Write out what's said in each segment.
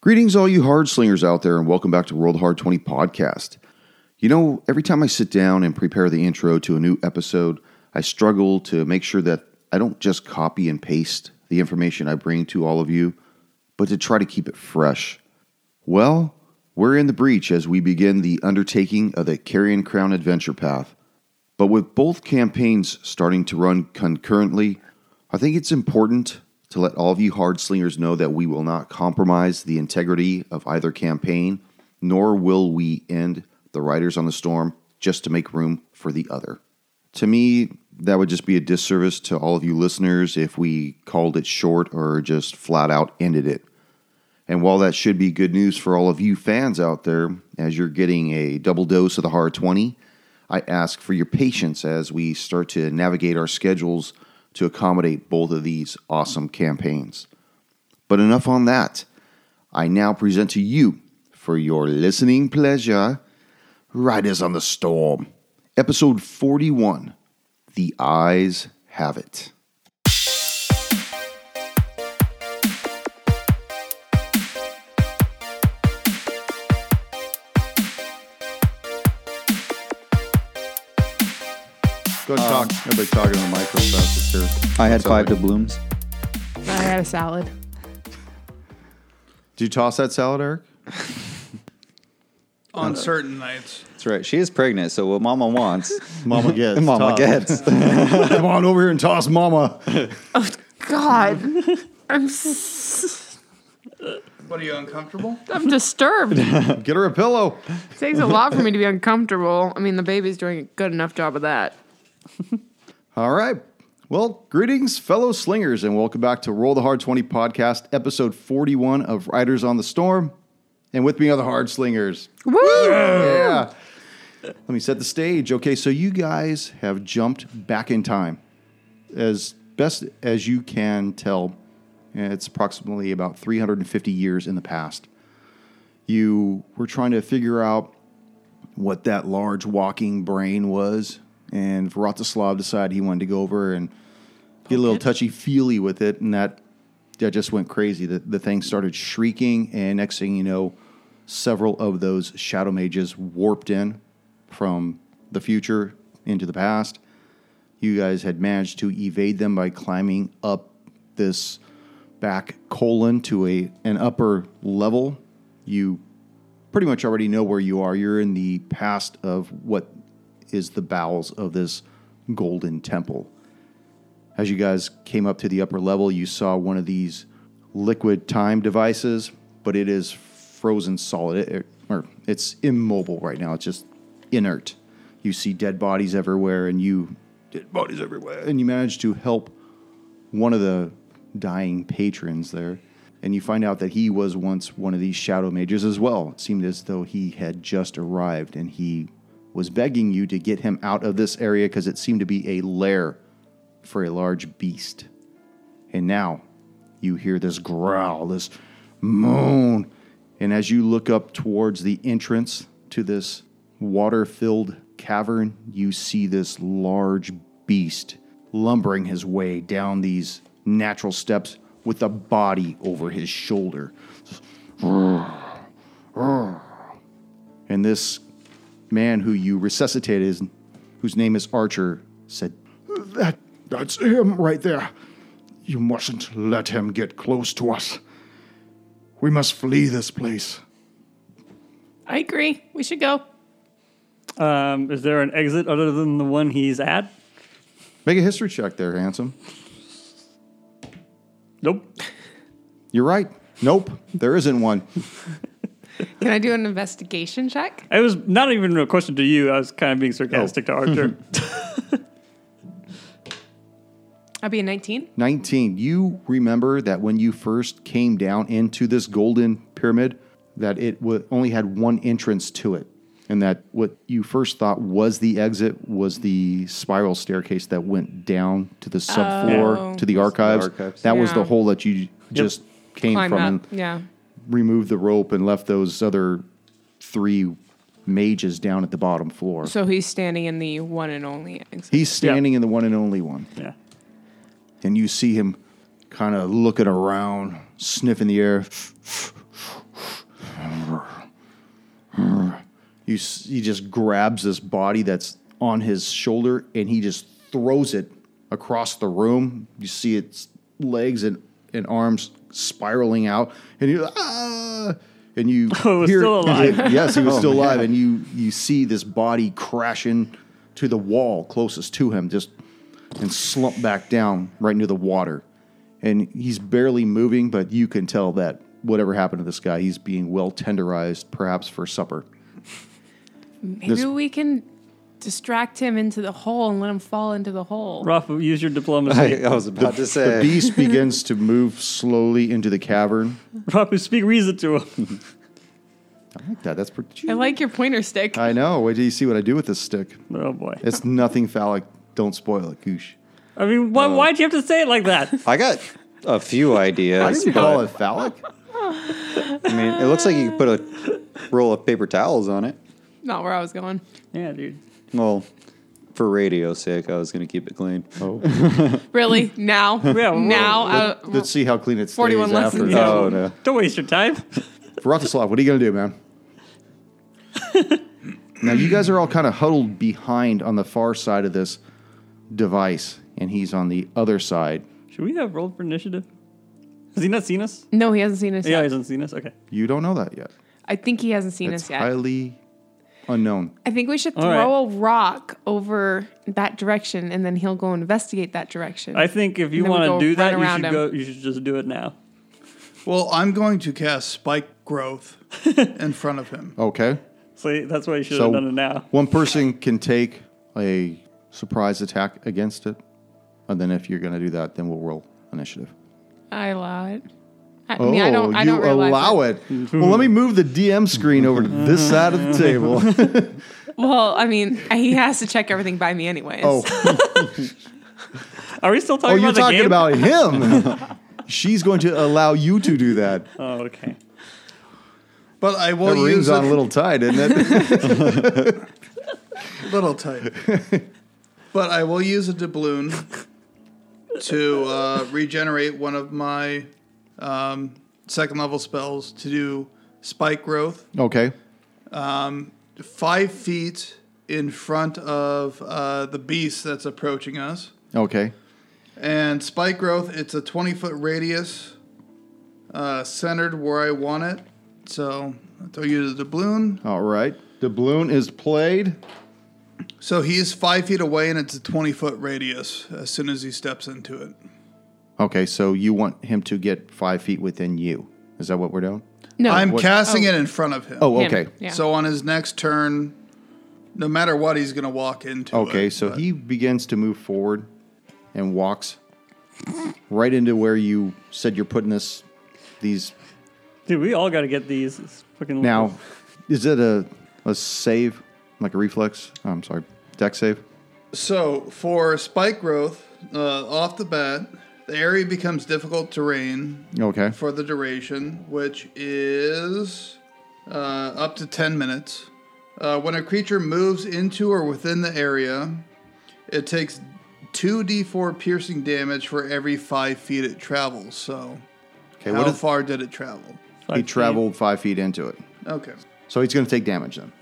Greetings, all you hard slingers out there, and welcome back to World Hard 20 Podcast. You know, every time I sit down and prepare the intro to a new episode, I struggle to make sure that I don't just copy and paste the information I bring to all of you, but to try to keep it fresh. Well, we're in the breach as we begin the undertaking of the Carrion Crown Adventure Path. But with both campaigns starting to run concurrently, I think it's important to let all of you hard slingers know that we will not compromise the integrity of either campaign, nor will we end the Riders on the Storm just to make room for the other. To me, that would just be a disservice to all of you listeners if we called it short or just flat out ended it. And while that should be good news for all of you fans out there, as you're getting a double dose of the Hard 20, I ask for your patience as we start to navigate our schedules to accommodate both of these awesome campaigns. But enough on that. I now present to you, for your listening pleasure, Riders on the Storm, episode 41 The Eyes Have It. Go ahead and talk. Um, Everybody talking on the microphone. I had five Did doubloons. I had a salad. you toss that salad, Eric? on certain nights. That's right. She is pregnant, so what Mama wants, Mama gets. Mama gets. Come on over here and toss Mama. God, I'm s- What are you uncomfortable? I'm disturbed. It Get her a pillow. takes a lot for me to be uncomfortable. I mean, the baby's doing a good enough job of that. All right. Well, greetings, fellow slingers, and welcome back to Roll the Hard 20 podcast, episode 41 of Riders on the Storm. And with me are the hard slingers. Woo! Yeah. Let me set the stage. Okay, so you guys have jumped back in time. As best as you can tell, it's approximately about 350 years in the past. You were trying to figure out what that large walking brain was, and Vratislav decided he wanted to go over and get a little touchy feely with it, and that that just went crazy. The, the thing started shrieking, and next thing you know, several of those shadow mages warped in from the future into the past. You guys had managed to evade them by climbing up this back colon to a an upper level. You pretty much already know where you are. You're in the past of what is the bowels of this golden temple. As you guys came up to the upper level, you saw one of these liquid time devices, but it is frozen solid, It- it- or it's immobile right now. It's just inert. You see dead bodies everywhere, and you dead bodies everywhere, and you manage to help one of the dying patrons there, and you find out that he was once one of these shadow mages as well. It seemed as though he had just arrived, and he was begging you to get him out of this area because it seemed to be a lair for a large beast. And now you hear this growl, this moan. And as you look up towards the entrance to this water filled cavern, you see this large beast lumbering his way down these natural steps with a body over his shoulder. And this man who you resuscitated, is- whose name is Archer, said, that, That's him right there. You mustn't let him get close to us. We must flee this place. I agree. We should go. Um, is there an exit other than the one he's at? Make a history check there, handsome. Nope. You're right. Nope, there isn't one. Can I do an investigation check? It was not even a question to you. I was kind of being sarcastic Oh. to Archer. I'll be a 19. 19. You remember that when you first came down into this golden pyramid, that it w- only had one entrance to it. And that what you first thought was the exit was the spiral staircase that went down to the subfloor Oh. to the archives. archives. That was the Yeah. hole that you just came Climb from. up. And Yeah. removed the rope and left those other three mages down at the bottom floor. So he's standing in the one and only exit. He's standing in the one and only one. yeah. And you see him kind of looking around, sniffing the air. You s- he just grabs this body that's on his shoulder and he just throws it across the room. You see its legs and, and arms spiraling out, and you ah, and you Oh, it was still alive. yes, Oh, he was still alive, and you you see this body crashing to the wall closest to him, just and slump back down right near the water. And he's barely moving, but you can tell that whatever happened to this guy, he's being well tenderized, perhaps for supper. Maybe This- we can distract him into the hole and let him fall into the hole. Rafa, use your I, diplomacy. I was about to The say. beast begins to move slowly into the cavern. Rafa, speak reason to him. I like that. That's pretty. I like your pointer stick. I know. Wait till you see what I do with this stick. Oh boy. It's nothing phallic. Don't spoil it, Goosh. I mean, Oh. why, why'd you have to say it like that? I got a few ideas. I didn't but- call it phallic. I mean, it looks like you could put a roll of paper towels on it. Not where I was going. Yeah, dude. Well, for radio's sake, I was going to keep it clean. Oh, Really? Now? well, now? Uh, Let, us see how clean it stays 41 after. lessons. that. Oh, no. Don't waste your time. Vratislav, what are you going to do, man? now, you guys are all kind of huddled behind on the far side of this device, and he's on the other side. Should we have rolled for initiative? Has he not seen us? no, he hasn't seen us Yeah, he yet. hasn't seen us. Okay. You don't know that yet. I think he hasn't seen It's us yet. highly unknown. I think we should All throw a rock over that direction and then he'll go investigate that direction. I think if you Then we want go to do that, right you around should him. go. You should just do it now. Well, I'm going to cast spike growth in front of him. Okay. See, that's why you should have done it now. one person can take a surprise attack against it, and then if you're going to do that, then we'll roll initiative. I allow it. I mean, I don't, I don't Oh, you realize allow it. well, let me move the DM screen over to this side of the table. Well, I mean, he has to check everything by me anyways. Oh. Are we still Oh, talking you're about the talking game? about him. She's going to allow you to do that. oh, okay. But I will That use rings it on a little tight, isn't it? little tight. but I will use a doubloon to uh, regenerate one of my um, second level spells to do spike growth okay. five feet in front of uh, the beast that's approaching us. Okay. And spike growth, it's a 20 foot radius uh, centered where I want it. So I'll use the doubloon. All right. Doubloon is played. So he's five feet away and it's a 20 foot radius as soon as he steps into it. Okay, so you want him to get five feet within you. Is that what we're doing? no. I'm Oh, What- casting it in front of him. Oh, Him, okay. yeah. So on his next turn, no matter what, he's going to walk into it. Okay, so but- he begins to move forward and walks right into where you said you're putting this these Dude, we all got to get these. It's fucking now. Is it a a save? Like a reflex? I'm sorry. Deck save? So for spike growth, uh, off the bat, the area becomes difficult terrain Okay. for the duration, which is uh, up to 10 minutes. Uh, when a creature moves into or within the area, it takes 2d4 piercing damage for every 5 feet it travels. So, Okay, how what if far did it travel? Fuck he you. traveled five feet into it? Okay. So he's going to take damage then.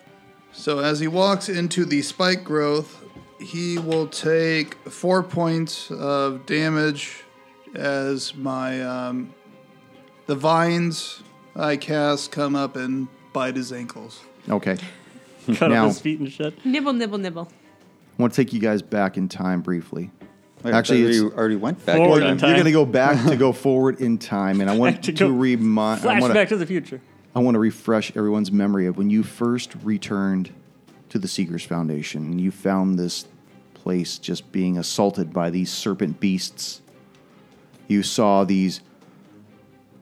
So, as he walks into the spike growth, he will take 4 points of damage as my. Um, the vines I cast come up and bite his ankles. Okay. Cut now. off his feet and shit. nibble, nibble, nibble. I want to take you guys back in time briefly. I Actually, already, it's- already went back. Forward in You're time. time. going to go back to go forward in time, and I want Back to, to go- remind. I want Flashback to, to the future. I want to refresh everyone's memory of when you first returned to the Seekers Foundation, and you found this place just being assaulted by these serpent beasts. You saw these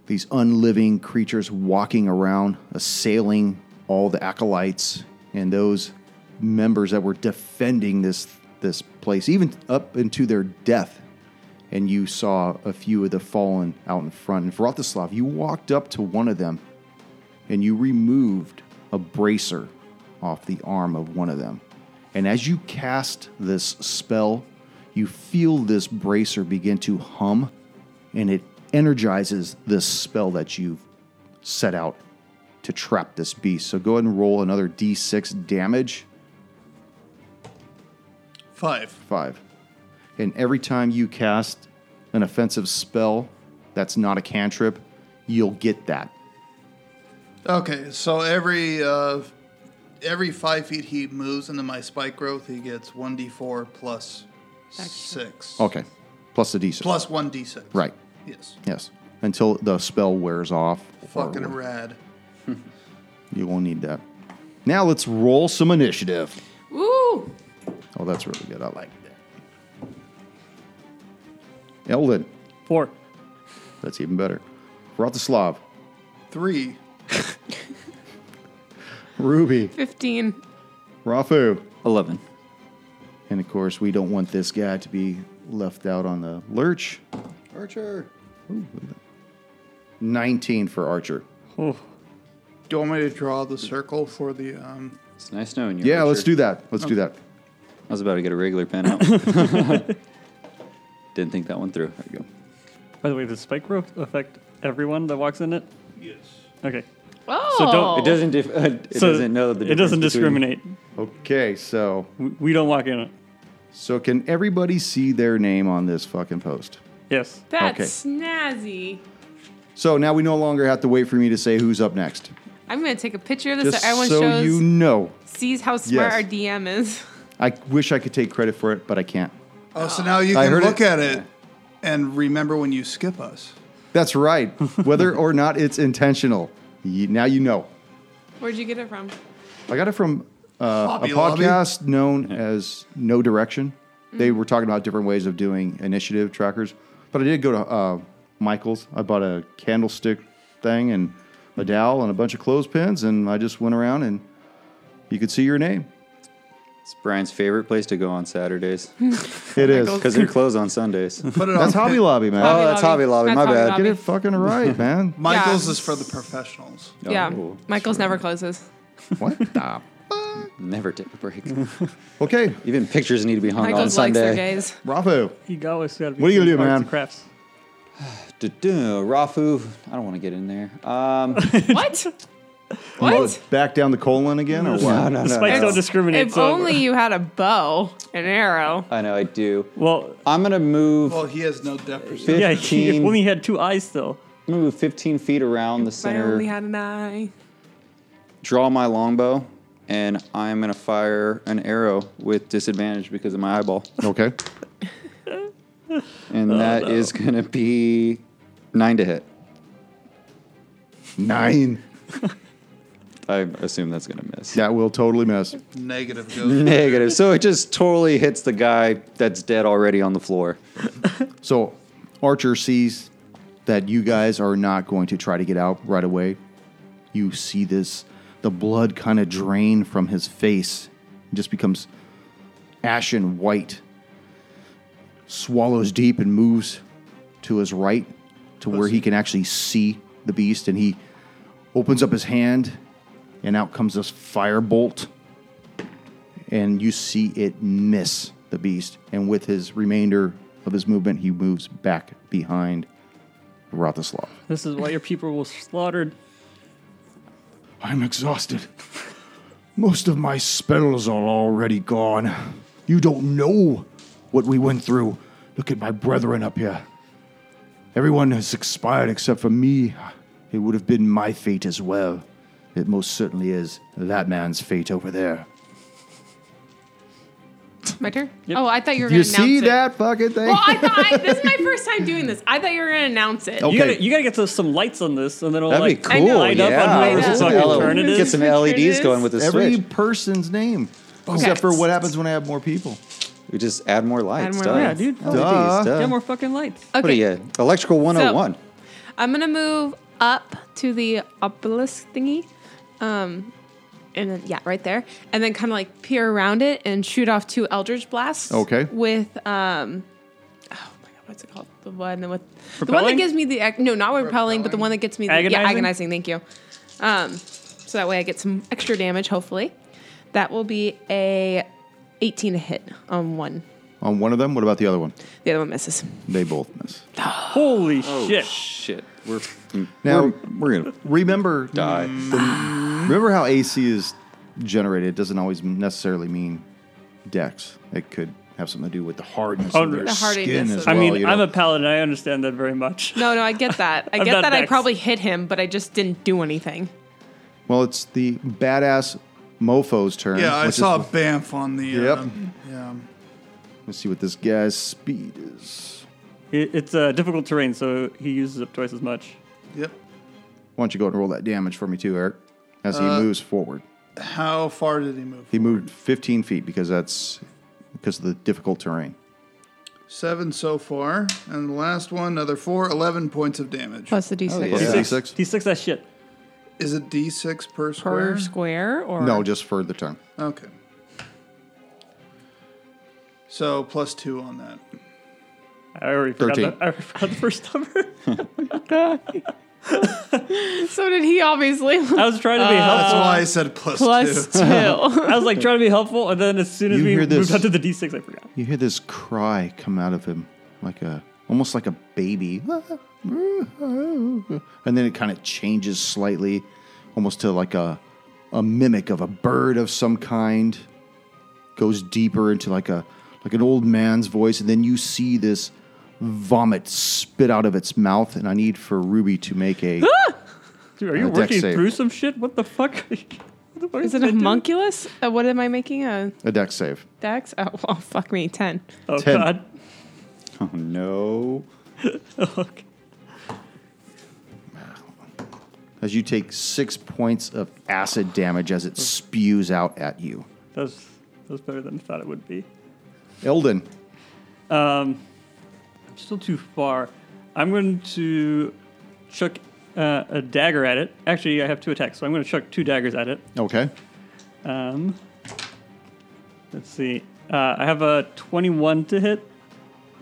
these unliving creatures walking around, assailing all the acolytes and those members that were defending this this place, even up into their death. And you saw a few of the fallen out in front. And Vratislav, you walked up to one of them and you removed a bracer off the arm of one of them. And as you cast this spell, you feel this bracer begin to hum and it energizes this spell that you've set out to trap this beast. So go ahead and roll another d6 damage. Five. Five. And every time you cast an offensive spell that's not a cantrip, you'll get that. Okay, so every uh, every five feet he moves into my spike growth, he gets one d four plus six. Okay. Plus the d6. Plus one d six. Right. Yes. Yes. Until the spell wears off. or Fucking rad. You won't need that. Now let's roll some initiative. Ooh. Oh, that's really good. I like that. Elden. Four. That's even better. Vratislav. Three. Ruby. 15. Rafu. 11. And of course, we don't want this guy to be left out on the lurch. Archer. 19 for Archer. Do you want me to draw the circle for the? Um, It's nice knowing you. Yeah, Archer. let's do that. Let's do that. I was about to get a regular pen out. Didn't think that one through. There you go. By the way, does spike growth affect everyone that walks in it? Yes. Okay. Oh. So don't- It doesn't. Dif- it So doesn't know the. It doesn't difference between- discriminate. Okay, so We, we don't walk in it. so can everybody see their name on this fucking post? Yes. That's Okay. snazzy. So now we no longer have to wait for me to say who's up next. I'm going to take a picture of this Just so everyone so shows, you know. sees how smart Yes. our DM is. I wish I could take credit for it, but I can't. oh, so now you I can heard look it. at it and remember when you skip us. That's right. Whether or not it's intentional, you, now you know. Where'd you get it from? I got it from uh, a Hobby Lobby? podcast known as No Direction. They were talking about different ways of doing initiative trackers. But I did go to uh, Michael's. I bought a candlestick thing and a dowel and a bunch of clothespins, and I just went around and you could see your name. It's Brian's favorite place to go on Saturdays It is. because they're closed on Sundays. oh, Put it That's Uh, on. Hobby Lobby, man. Hobby that's Hobby Lobby. That's My Hobby bad. Lobby. Get it fucking right, man. Michael's Yeah. is for the professionals. yeah. Oh. Michael's never closes. what the? Never take a break. Okay, Even pictures need to be hung on Michael's likes their Sunday. days. Rafu. You always gotta be What are you gonna some do, arts man? and Crafts. Du-du, Rafu. I don't want to get in there. Um, what? What? Back down the colon again or what? no, no, no. Spikes no. don't discriminate. If so- only you had a bow, an arrow. I know I do. Well, I'm gonna move. Well, he has no depth perception. yeah. He, if 15, only he had two eyes still. I'm gonna move 15 feet around the If I only center. had an eye. Draw my longbow, and I'm gonna fire an arrow with disadvantage because of my eyeball, Okay. and Oh, that is gonna be nine to hit. Nine. I assume that's gonna miss. That will totally miss. Negative goes. Negative. So it just totally hits the guy that's dead already on the floor. So Archer sees that you guys are not going to try to get out right away. You see this, the blood kind of drain from his face, it just becomes ashen white, swallows deep and moves to his right to where he can actually see the beast. And he opens up his hand, and out comes this firebolt. and you see it miss the beast. And with his remainder of his movement, he moves back behind Vratislav. This is why your people were slaughtered. I'm exhausted. Most of my spells are already gone. You don't know what we went through. Look at my brethren up here. Everyone has expired except for me. It would have been my fate as well. It most certainly is that man's fate over there. My turn? Oh, I thought you were You going to announce see it. that fucking thing? Well, I thought I, this is my first time doing this. I thought you were going to announce it. Okay. You gotta, you gotta get to some lights on this, and then it'll That'd like be cool. know, light yeah. up on whoever's I know. fucking Hello. turn it Get is. some Turn it LEDs is. going with the every switch. person's name, except for what happens when I have more people. We just add more lights. more duh. lights. Yeah, dude. LEDs, Duh. E duh. Get more fucking lights. Oh, Okay. What are you? Electrical 101. I'm gonna move up to the obelisk thingy, um, and then yeah, right there, and then kind of like peer around it and shoot off two eldritch blasts. Okay. With um, oh my god, what's it called? The one with the one that Repelling? gives me the ac- no, not repelling, but the one that gets me the Agonizing? Yeah, agonizing. Thank you. Um, so that way I get some extra damage. Hopefully, that will be a 18 to hit on one. on one of them. What about the other one? The other one misses. They both miss. Holy shit. Shit. We're Now- we're, we're gonna Remember, die. remember how AC is generated. It doesn't always necessarily mean dex. It could have something to do with the hardness Oh, of their the skin hardiness as of well. I mean, you I'm know? a paladin. I understand that very much. No, no, I get that. I I'm get not that I Dex. probably hit him, but I just didn't do anything. well, it's the badass mofo's turn. Yeah, I which is- saw Banff on the. Yep. um, yeah. Let's see what this guy's speed is. It- it's uh, difficult terrain, so he uses up twice as much. Yep. Why don't you go ahead and roll that damage for me too, Eric, as he Uh, moves forward. How far did he move? He moved 15 feet because that's because of the difficult terrain. Seven so far. And the last one, another four, 11 points of damage. Plus the d6 Oh, yeah. D6? D6. D6 that shit. Is it D6 per square? per square or No, just for the turn. Okay. So plus two on that. I already forgot, 13. the, I already forgot the first number. So did he obviously I was trying to be Uh, That's helpful. why I said Uh, plus, plus two. two. I was like trying to be helpful, and then as soon as You we hear moved this- on to the D6, I forgot. You hear this cry come out of him, like a almost like a baby, and then it kind of changes slightly, almost to like a a mimic of a bird of some kind. Goes deeper into like a like an old man's voice, and then you see this vomit spit out of its mouth. And I need for Ruby to make a Dude, are Uh, you dex working save. through some shit? What the fuck? What the fuck Is it I a doing? homunculus? Uh, what am I making? A a dex save. dex? Oh, well, fuck me. 10. Oh Ten. god. Oh no. Okay. As you take six points of acid damage as it spews out at you, That's that's better than I thought it would be. Elden. Um, I'm still too far. I'm going to chuck uh, a dagger at it. Actually, I have two attacks, so I'm going to chuck two daggers at it. Okay. Um, let's see. Uh, I have a 21 to hit.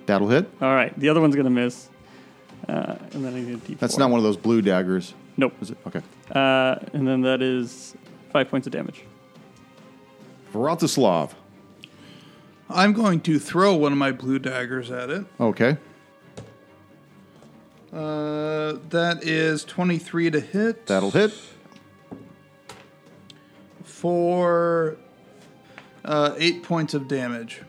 That'll hit. All right, the other one's going to miss. Uh, and then I need a D4. That's not one of those blue daggers, Nope. is it? Okay. Uh, and then that is five points of damage. Vratislav. I'm going to throw one of my blue daggers at it. Okay. Uh, that is 23 to hit. That'll hit. For uh, eight points of damage.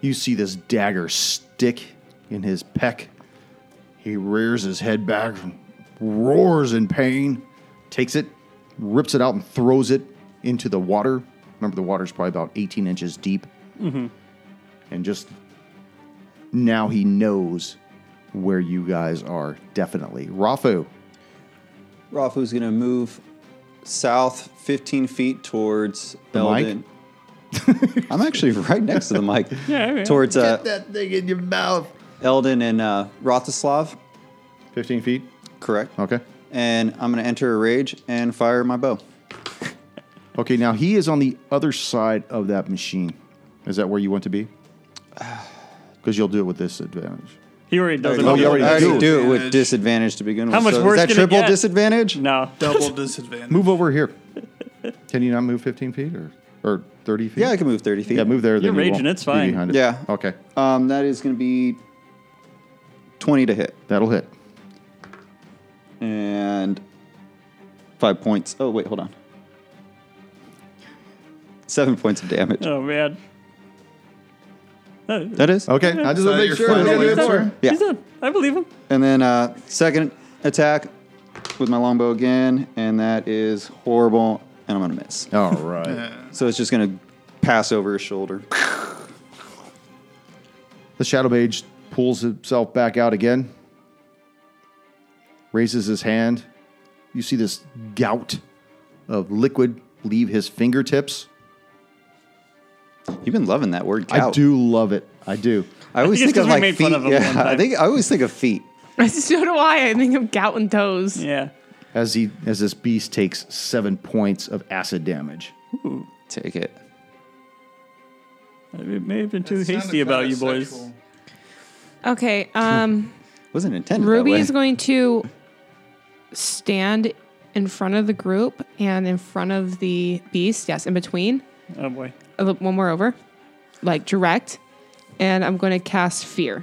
You see this dagger stick in his peck. He rears his head back, roars in pain, takes it, rips it out, and throws it into the water. Remember, the water's probably about 18 inches deep. And just now he knows where you guys are, definitely. Rafu. Rafu's gonna move south 15 feet towards The Elden. I'm actually right next to the mic. Yeah, yeah. Towards uh, that thing in your mouth. Elden and uh, Rostislav, 15 feet. correct? Okay. And I'm gonna enter a rage and fire my bow. Okay, now he is on the other side of that machine. Is that where you want to be? Because you'll do it with disadvantage. He already does it. Oh, you I already do. do it with Disadvantage. disadvantage to begin with. How much so worse is that can it triple get? disadvantage? No. Double disadvantage. Move over here. Can you not move 15 feet or, or 30 feet? Yeah, I can move 30 feet. Yeah, move there. then you raging, won't it's be fine. behind it. Yeah. Okay, Um, that is gonna be 20 to hit that'll hit. and five points. Oh wait, hold on. Seven points of damage. Oh man. No, That is Okay, I just Is that want to make your sure. final that he's you answer? answer. done. Yeah. He's done. I believe him. And then uh, second attack with my longbow again, and that is horrible, and I'm gonna miss. All right. So it's just gonna pass over his shoulder. The Shadow Mage pulls himself back out again, raises his hand. You see this gout of liquid leave his fingertips. You've been loving that word. I gout. do love it. I do. I always think think, it's 'cause of we like made feet. fun of him one yeah, I time. think I always think of feet. so do I. I think of gout and toes. Yeah. as he as this beast takes seven points of acid damage. Take it. It may have been too hasty about you boys. Okay. Um, Wasn't intended. Ruby that way. is going to stand in front of the group and in front of the beast. Yes, in between. Oh boy. uh, the- When we're over, like direct. and I'm going to cast Fear.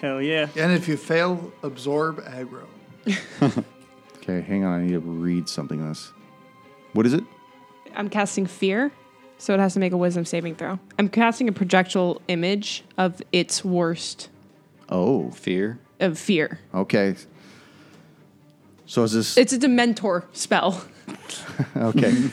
Hell yeah. And if you fail, absorb aggro. Okay, hang on. I need to read something on this. What is it? I'm casting Fear, so it has to make a Wisdom saving throw. I'm casting a projectile image of its worst Oh, Fear. of fear. okay. So is this It's a Dementor spell. okay?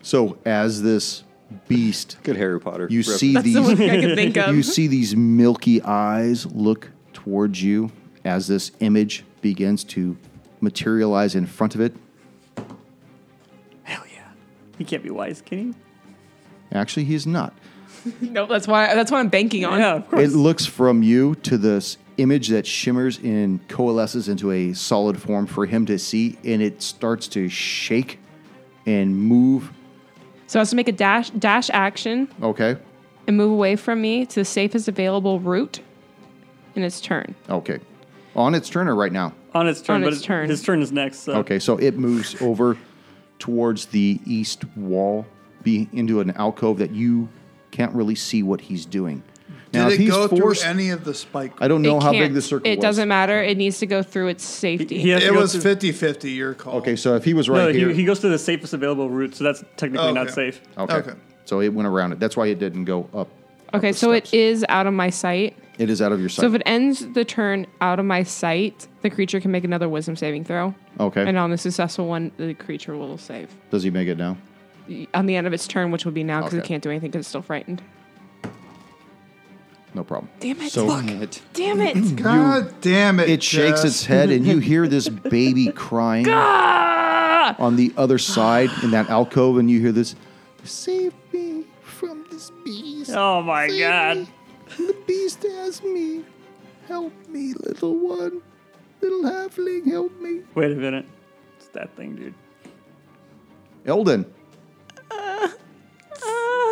so as this beast, Good Harry Potter. you reference. see That's the these one thing I could think You of. see these milky eyes look towards you as this image begins to materialize in front of it. Hell yeah. He can't be wise, can Actually, he's not. no, that's why that's what I'm banking he? on. Yeah, of course. It looks from you to this image that shimmers and coalesces into a solid form for him to see, and it starts to shake and move. So it has to make a dash dash action Okay. and move away from me to the safest available route in its turn. Okay. On its turn or right now? on its turn, on but its turn. his turn is next. So. Okay, so it moves over towards the east wall, be into an alcove that you can't really see what he's doing. Now, if Did it he's go forced, through any of the spike? I don't know It how big can't- the circle It was. doesn't matter. It needs to go through its safety. He has to It go was through- 50 50, your call. Okay, so if he was right No, here, he, he goes to the safest available route, so that's technically Oh, not okay. safe. okay. Okay. so it went around it. That's why it didn't go up. okay, the so steps. it is out of my sight. It is out of your sight. So if it ends the turn out of my sight, the creature can make another wisdom saving throw. okay, And on the successful one, the creature will save. does he make it now? On the end of its turn, which would be now because it Okay. can't do anything because it's still frightened. No problem. Damn it. So It. Damn it. God damn it. it shakes Jess. its head, and you hear this baby crying ah! on the other side in that alcove, and you hear this, "Save me from this beast." Oh my Save god. me. The beast has me. Help me, little one. Little halfling, help me. Wait a minute. It's that thing, dude. Elden.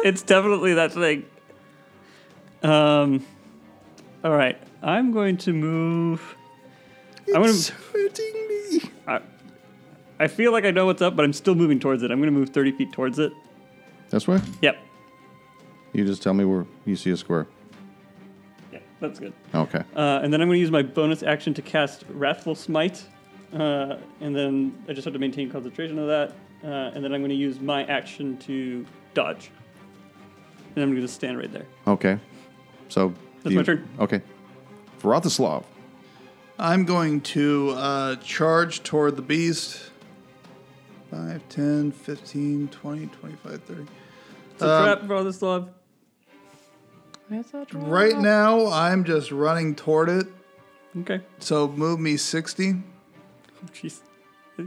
It's definitely that thing. Um. All right. I'm going to move. I'm gonna. hurting me. I feel like I know what's up, but I'm still moving towards it. I'm going to move 30 feet towards it. That's why Yep. you just tell me where you see a square. Yeah, that's good. Okay. Uh, and then I'm going to use my bonus action to cast Wrathful Smite. Uh, and then I just have to maintain concentration of that. Uh, and then I'm going to use my action to dodge. And I'm going to stand right there. Okay. So That's my turn. Okay. Vratislav. I'm going to uh, charge toward the beast. 5, 10, 15, 20, 25, 30. It's a trap for all this love. Right now, I'm just running toward it. Okay. So move me 60. Oh, jeez. There.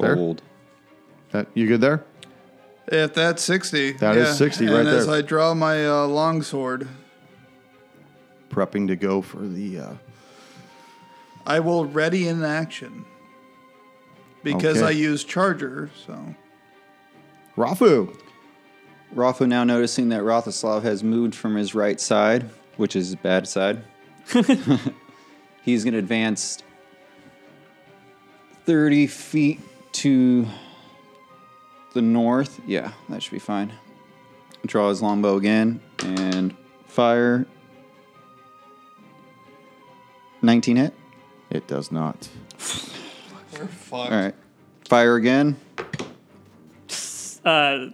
Oh. Bold. That you good there? If that's 60. That is 60 right and as there. I draw my uh, longsword, Prepping to go for the uh, I will ready in action. Because Okay. I use charger, so. Rafu. Rafa now noticing that Rothislav has moved from his right side, which is his bad side. He's going to advance 30 feet to the north. Yeah, that should be fine. Draw his longbow again and fire. 19 hit. It does not. All right. Fire again. Uh,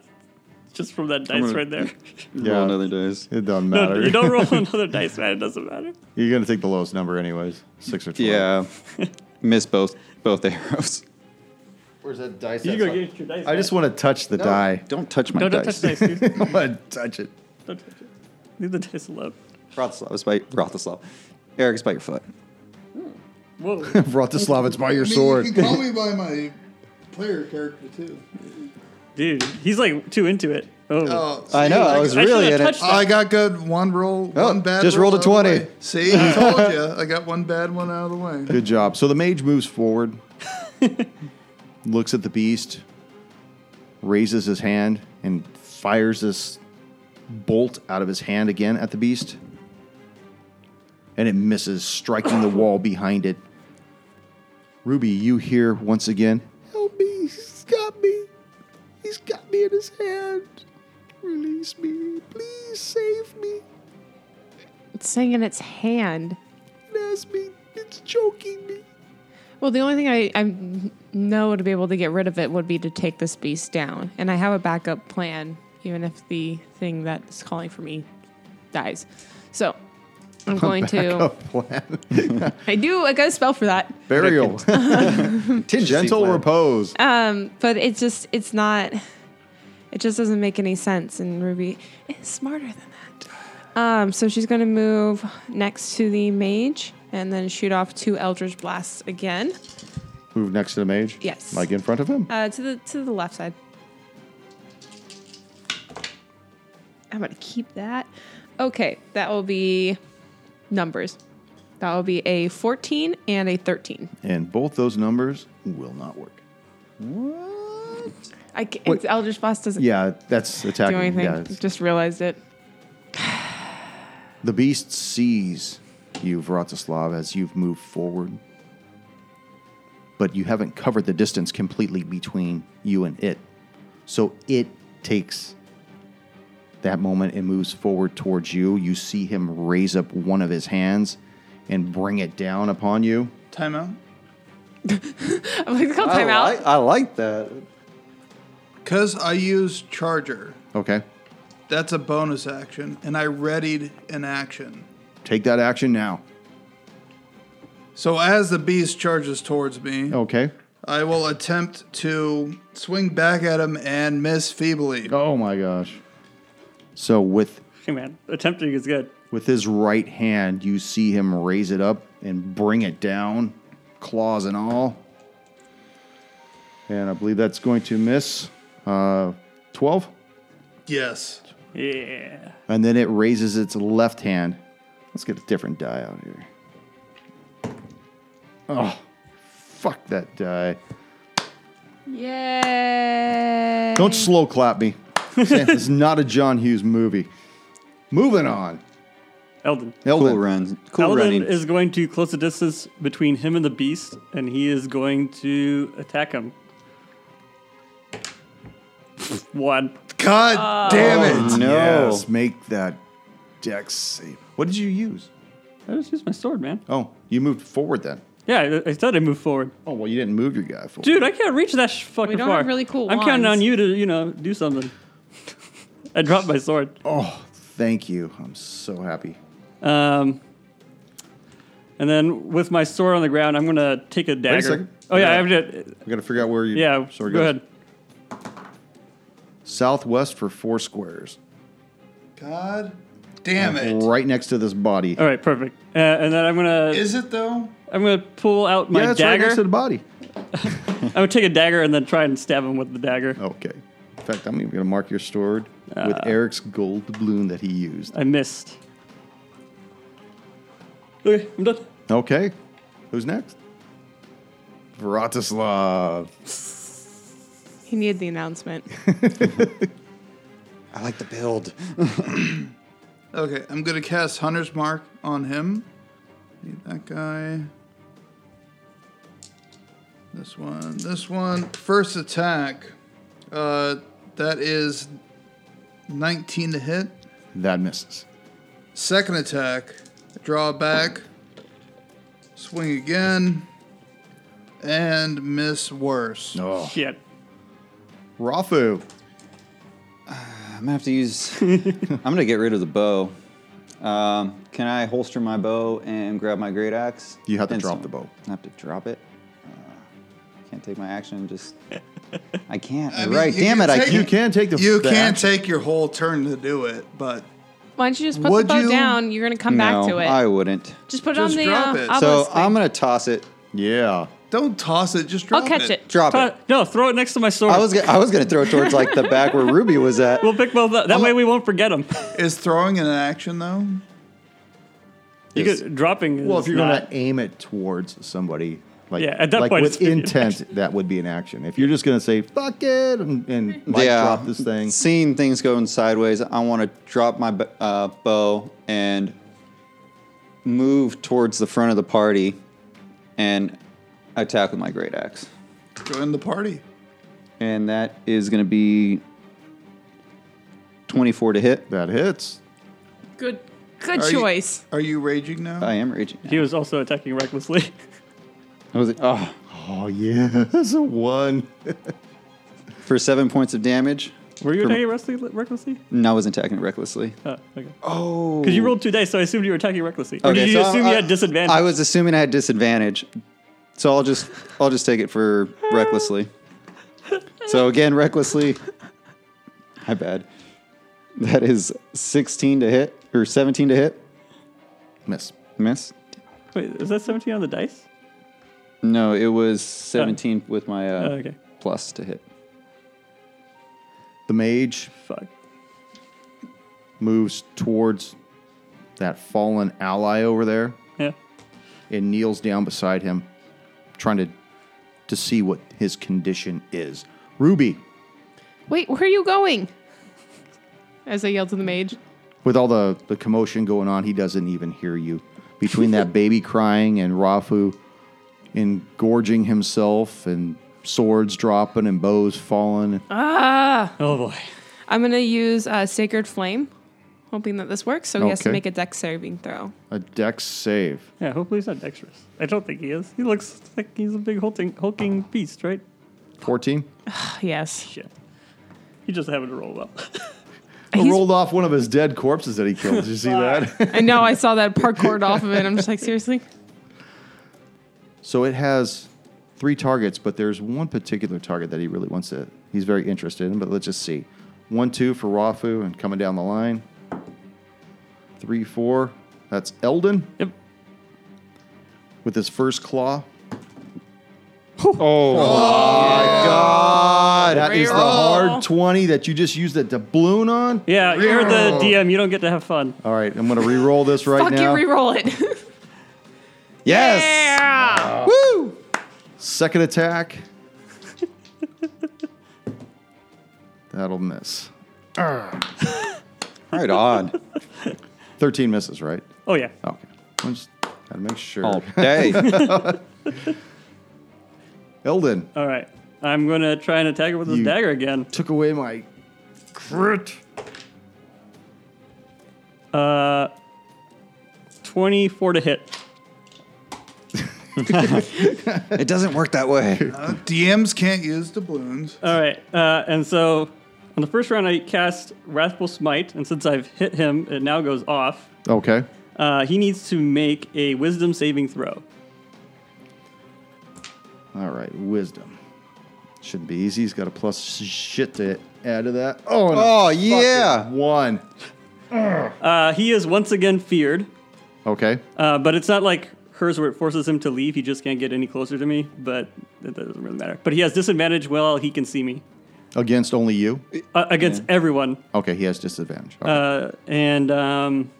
just from that dice gonna- right there. Yeah. Roll another dice. It doesn't No, matter. you don't roll another dice, man. It doesn't matter. You're gonna take the lowest number anyways. Six or twelve. Yeah. Miss both both arrows. Where's that dice? You go get your dice. I just want to touch the die. Don't touch my No, don't touch dice. dice, dude. I want to touch it. Don't touch it. Leave the dice alone. Rothslav, it's by Rothslav. Eric, it's by your foot. Whoa. Vratislav, it's by your I mean, sword. You can call me by my player character, too. Dude, he's like too into it. Oh. Oh, I see, know. I got- was I really in should've it. touched- Oh, I got good. One roll, Oh, one bad. just roll rolled a out of the 20. way. See, I told you. I got one bad one out of the way. Good job. So the mage moves forward, looks at the beast, raises his hand, and fires this bolt out of his hand again at the beast. And it misses, striking the wall behind it. Ruby, you hear once again, Help me, he's got me. He's got me in his hand. Release me. Please save me. It's staying in its hand. It has me. It's choking me. Well, the only thing I, I know to be able to get rid of it would be to take this beast down. And I have a backup plan, even if the thing that's calling for me dies. So I'm going to. Backup plan. I do. I got a spell for that. Burial. Gentle plan. repose. Um, but it's just, it's not, it just doesn't make any sense. And Ruby is smarter than that. Um, so she's going to move next to the mage and then shoot off two Eldritch Blasts again. Move next to the mage. Yes. Like in front of him. Uh, to the to the left side. I'm gonna keep that. Okay, that will be numbers. That will be a 14 and a 13. and both those numbers will not work. I ca- Wait. it's Eldritch Blast doesn't Yeah, that's do attacking. anything. yeah, it's- Just realized it. The beast sees you, Vratislav, as you've moved forward. But you haven't covered the distance completely between you and it. So it takes that moment and moves forward towards you. You see him raise up one of his hands and bring it down upon you. Timeout. I'm like, call I, timeout. Like, I like that. Because I use charger. Okay. That's a bonus action, and I readied an action. Take that action now. So as the beast charges towards me, Okay. I will attempt to swing back at him and miss feebly. Oh my gosh. So with Hey man, attempting is good. With his right hand, you see him raise it up and bring it down, claws and all. And I believe that's going to miss uh, 12. Yes. Yeah. And then it raises its left hand. Let's get a different die out here. Oh, fuck that die. Yay. Don't slow clap me. Sam, this is not a John Hughes movie. Moving on. Elden. Elden. Cool runs. Cool Elden running. is going to close the distance between him and the beast, and he is going to attack him. One. God damn it! no. Yes, make that dex save. What did you use? I just used my sword, man. Oh, you moved forward then. Yeah, I, I said I move forward. Oh well, you didn't move your guy forward. Dude, I can't reach that sh- fucking don't far. have really cool I'm counting on wands. you to, you know, do something. I dropped my sword. Oh, thank you. I'm so happy. Um, and then with my sword on the ground, I'm going to take a dagger. second. Oh, yeah, Yeah. I have to. We got to figure out where you. Yeah, sorry, go guys. ahead. Southwest for four squares, God damn it! right next to this body. All right, perfect. Uh, and then I'm gonna Is it though? I'm gonna pull out my yeah, it's right dagger. next to the body. I'm gonna take a dagger and then try and stab him with the dagger. Okay. In fact, I'm even gonna mark your sword Ah. with Eric's gold balloon that he used. I missed. Okay, I'm done. Okay. Who's next? Vratislav. He needed the announcement. I like the build. Okay, I'm gonna cast Hunter's Mark on him. Need that guy. This one. This one. First attack. Uh, that is 19 to hit. That misses. Second attack. Draw back. Swing again. And miss worse. Oh. Shit. Rafu. I'm gonna have to use. I'm gonna get rid of the bow. Um, can I holster my bow and grab my great axe? You have to And drop so- the bow. I have to drop it. Uh, can't take my action. Just I can't. I You're mean, right. you Damn can it! I take You can't. can take the. You the can action. take your whole turn to do it, but Why don't you just put Would the bow you? down? You're gonna come back no, to it. I wouldn't. just put Just it on the drop uh, it. obelisk So thing. I'm gonna toss it. Yeah. don't toss it. Just drop I'll catch it. Drop Oh. Uh, it. no, throw it next to my sword. I was gonna, I was gonna throw it towards like the back where Ruby was at. we'll pick both up. That way we won't forget him. Is throwing an action though? you Yes. could, dropping is Well, if you're not, gonna aim it towards somebody, like Yeah, at that like point, with it's gonna be an intent, that would be an action. If you're just gonna say "fuck it" and, and mic drop this thing, Seeing things going sideways, I want to drop my b- uh, bow and move towards the front of the party and attack with my great axe. Join the party. And that is going to be 24 to hit. That hits. Good, good Are you- choice. Are you raging now? I am raging. He was also attacking recklessly. I was oh, Oh yeah, that's a one. for seven points of damage. Were you For- attacking recklessly? recklessly? No, I wasn't attacking it recklessly. Oh, okay. Oh, Because you rolled two dice, so I assumed you were attacking recklessly. Or did you so assume I- you had disadvantage? I was assuming I had disadvantage, so I'll just I'll just take it for recklessly. So again, recklessly. My bad. That is sixteen to hit or seventeen to hit. miss. Miss? Wait, is that 17 on the dice? No, it was seventeen with my uh, Oh, okay. plus to hit. The mage Fuck. moves towards that fallen ally over there Yeah. and kneels down beside him, trying to to see what his condition is. Ruby, Wait, where are you going? As I yell to the mage. with all the, the commotion going on, he doesn't even hear you. Between that baby crying and Rafu engorging himself and swords dropping and bows falling. Oh, boy. I'm gonna use uh, sacred flame, hoping that this works. So he has to Okay. make a dex saving throw. A dex save. Yeah, hopefully he's not dexterous. I don't think he is. He looks like he's a big hulking, hulking beast, right? 14? Yes. Shit. You just happened to roll well. He He's- rolled off one of his dead corpses that he killed. Did you see that? I know. I saw that parkoured off of it. I'm just like, seriously. so it has three targets, but there's one particular target that he really wants to, he's very interested in, but let's just see. One, two for Rafu and coming down the line. Three, four. That's Eldon. yep. with his first claw. Oh, my Oh, God. That is the Reroll. hard 20 that you just used that doubloon on. Yeah, you heard the DM. You don't get to have fun. All right, I'm going to re-roll this right Fuck now. you. Reroll it. Yes. Woo! Second attack. That'll miss. Right on. 13 misses, right? Oh, yeah. Okay. I just got to make sure. All day. Eldon All right. I'm going to try and attack her with this You- dagger again. took away my crit. Uh, 24 to hit. It doesn't work that way. Uh, DMs can't use doubloons. All right, uh, and so on the first round, I cast Wrathful Smite, and since I've hit him, it now goes off. Okay. Uh, he needs to make a Wisdom saving throw. All right, wisdom. Shouldn't be easy. He's got a plus shit to add to that. Oh, and a Oh, fucking yeah. one. Uh, he is once again feared, Okay, uh, but it's not like hers where it forces him to leave. He just can't get any closer to me, but that that doesn't really matter. But he has disadvantage while he can see me against only you. uh, against everyone, Okay, he has disadvantage. Okay. uh, and um,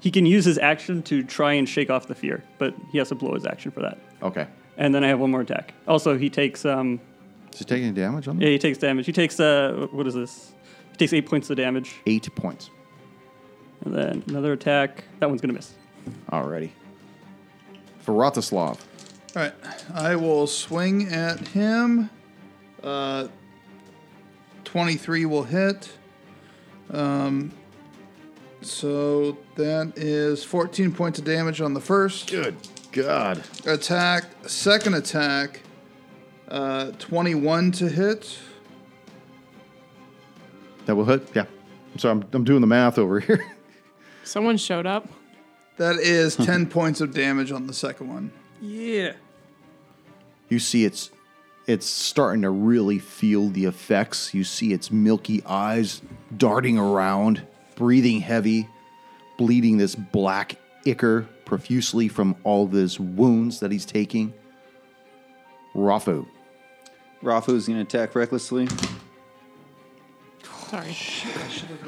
he can use his action to try and shake off the fear, but he has to blow his action for that. okay. And then I have one more attack. Also, he takes um, Is he taking damage on that? Yeah, he takes damage. He takes uh, what is this? He takes eight points of damage, Eight points. and then another attack. That one's gonna miss. Alrighty. For Rotislav. All right, I will swing at him. Uh, 23 will hit. Um, so that is 14 points of damage on the first Good God. attack. Second attack, uh, 21 to hit. That will hit? Yeah. So I'm, I'm doing the math over here. Someone showed up. That is 10 points of damage on the second one. Yeah. you see it's it's starting to really feel the effects. You see its milky eyes darting around, breathing heavy, bleeding this black ichor profusely from all these wounds that he's taking. Rafu. Rafu's gonna attack recklessly. Sorry.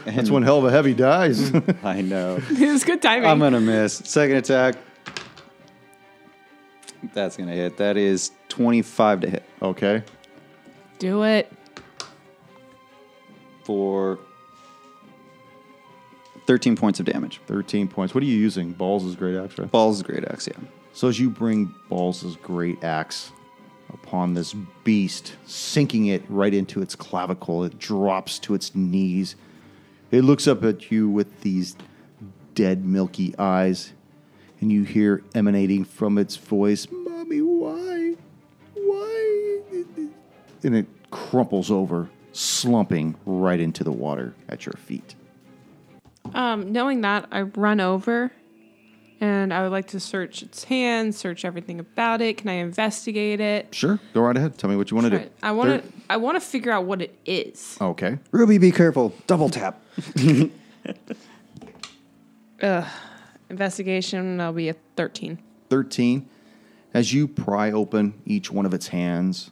That's one hell of a heavy dies. I know. it was good timing. I'm gonna miss. Second attack. That's gonna hit. That is 25 to hit okay. Do it. for 13 points of damage. 13 points. What are you using? Balls is great axe, right? Ball's great axe, yeah. So as you bring Balls' great axe upon this beast, sinking it right into its clavicle, it drops to its knees. It looks up at you with these dead, milky eyes, and you hear emanating from its voice, Mommy, why? Why? And it crumples over, slumping right into the water at your feet. Um, knowing that, I run over and I would like to search its hands, search everything about it. Can I investigate it? Sure, go right ahead. Tell me what you want to do. Right. I want to. I want to figure out what it is. to. Okay. Ruby, be careful. Double tap. Investigation. I'll be a thirteen. 13. As you pry open each one of its hands,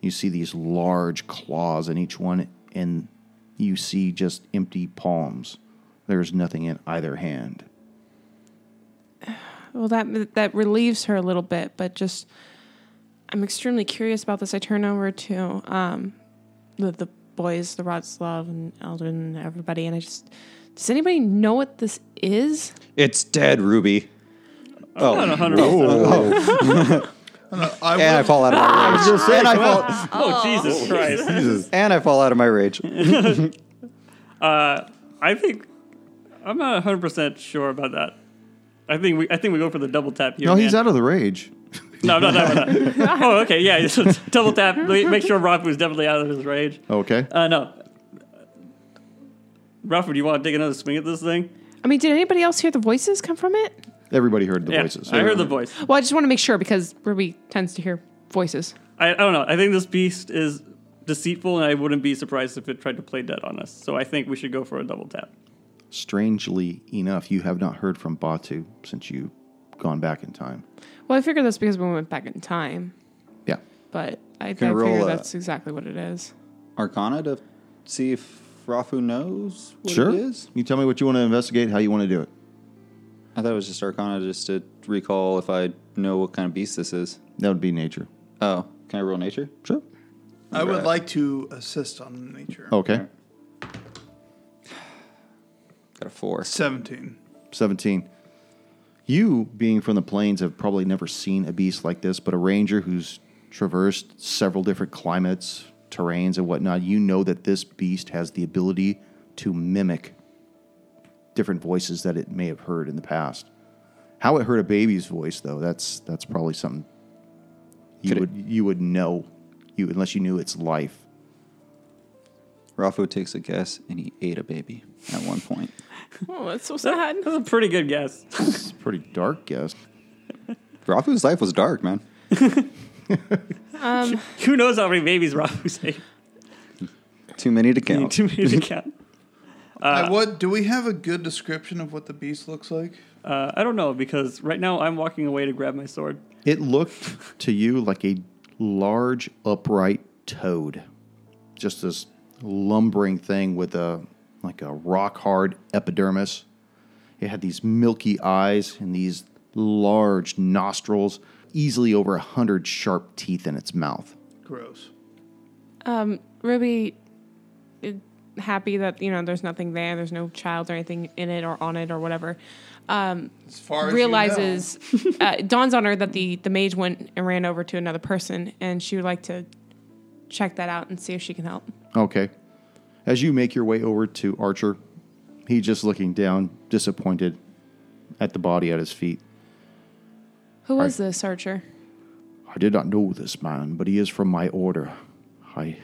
you see these large claws in each one, and you see just empty palms. There's nothing in either hand. Well, that that relieves her a little bit, but just I'm extremely curious about this. I turn over to um, the the boys, the Rodslav and Eldrin, and everybody, and I just does anybody know what this is? It's dead, Ruby. I'm not 100%. Oh, I And I would- fall out of my rage. and, I fall, Oh, Jesus Christ. and I fall out of my rage. I think I'm not 100 percent sure about that. I think we I think we go for the double tap here. No, Oh, he's man. out of the rage. No, I'm not talking about that. oh, okay, yeah. so double tap. Make make sure Rob was definitely out of his rage. Oh, Okay. Uh, no. Ralph, do you want to take another swing at this thing? I mean, did anybody else hear the voices come from it? Everybody heard the Yeah, voices. I heard the voice. Well, I just want to make sure because Ruby tends to hear voices. I, I don't know. I think this beast is deceitful, and I wouldn't be surprised if it tried to play dead on us. So I think we should go for a double tap. Strangely enough, you have not heard from Batu since you've gone back in time. Well, I figured that's because we went back in time, Yeah. but I, I Can roll figure a- that's exactly what it is. Arcana to see if Rafu knows what sure. it is. You tell me what you want to investigate, how you want to do it. I thought it was just Arcana just to recall if I know what kind of beast this is. That would be nature. Oh, can I roll nature? Sure. I would Right. like to assist on nature. Okay. Got a four. 17. 17. You, being from the plains, have probably never seen a beast like this, but a ranger who's traversed several different climates, terrains, and whatnot, you know that this beast has the ability to mimic different voices that it may have heard in the past. How it heard a baby's voice, though, that's that's probably something you Could it- would you would know you unless you knew its life. Rafu takes a guess and he ate a baby at one point. Oh, that's so That- That's a pretty good guess. It's a pretty dark guess. Rafu's life was dark, man. Who knows how many babies Rafu's ate? Too many to count. Too many to count. I would, do we have a good description of what the beast looks like? Uh, I don't know because right now I'm walking away to grab my sword. It looked to you like a large upright toad, just this lumbering thing with a like a rock hard epidermis. It had these milky eyes and these large nostrils, easily over a hundred sharp teeth in its mouth. Gross. Ruby, uh, happy that you know there's nothing there, there's no child or anything in it or on it or whatever. As far as you know. realizes uh, it dawns on her that the the mage went and ran over to another person, and she would like to check that out and see if she can help. Okay. As you make your way over to Archer, he's just looking down, disappointed at the body at his feet. Who was this archer? I did not know this man, but he is from my order. I.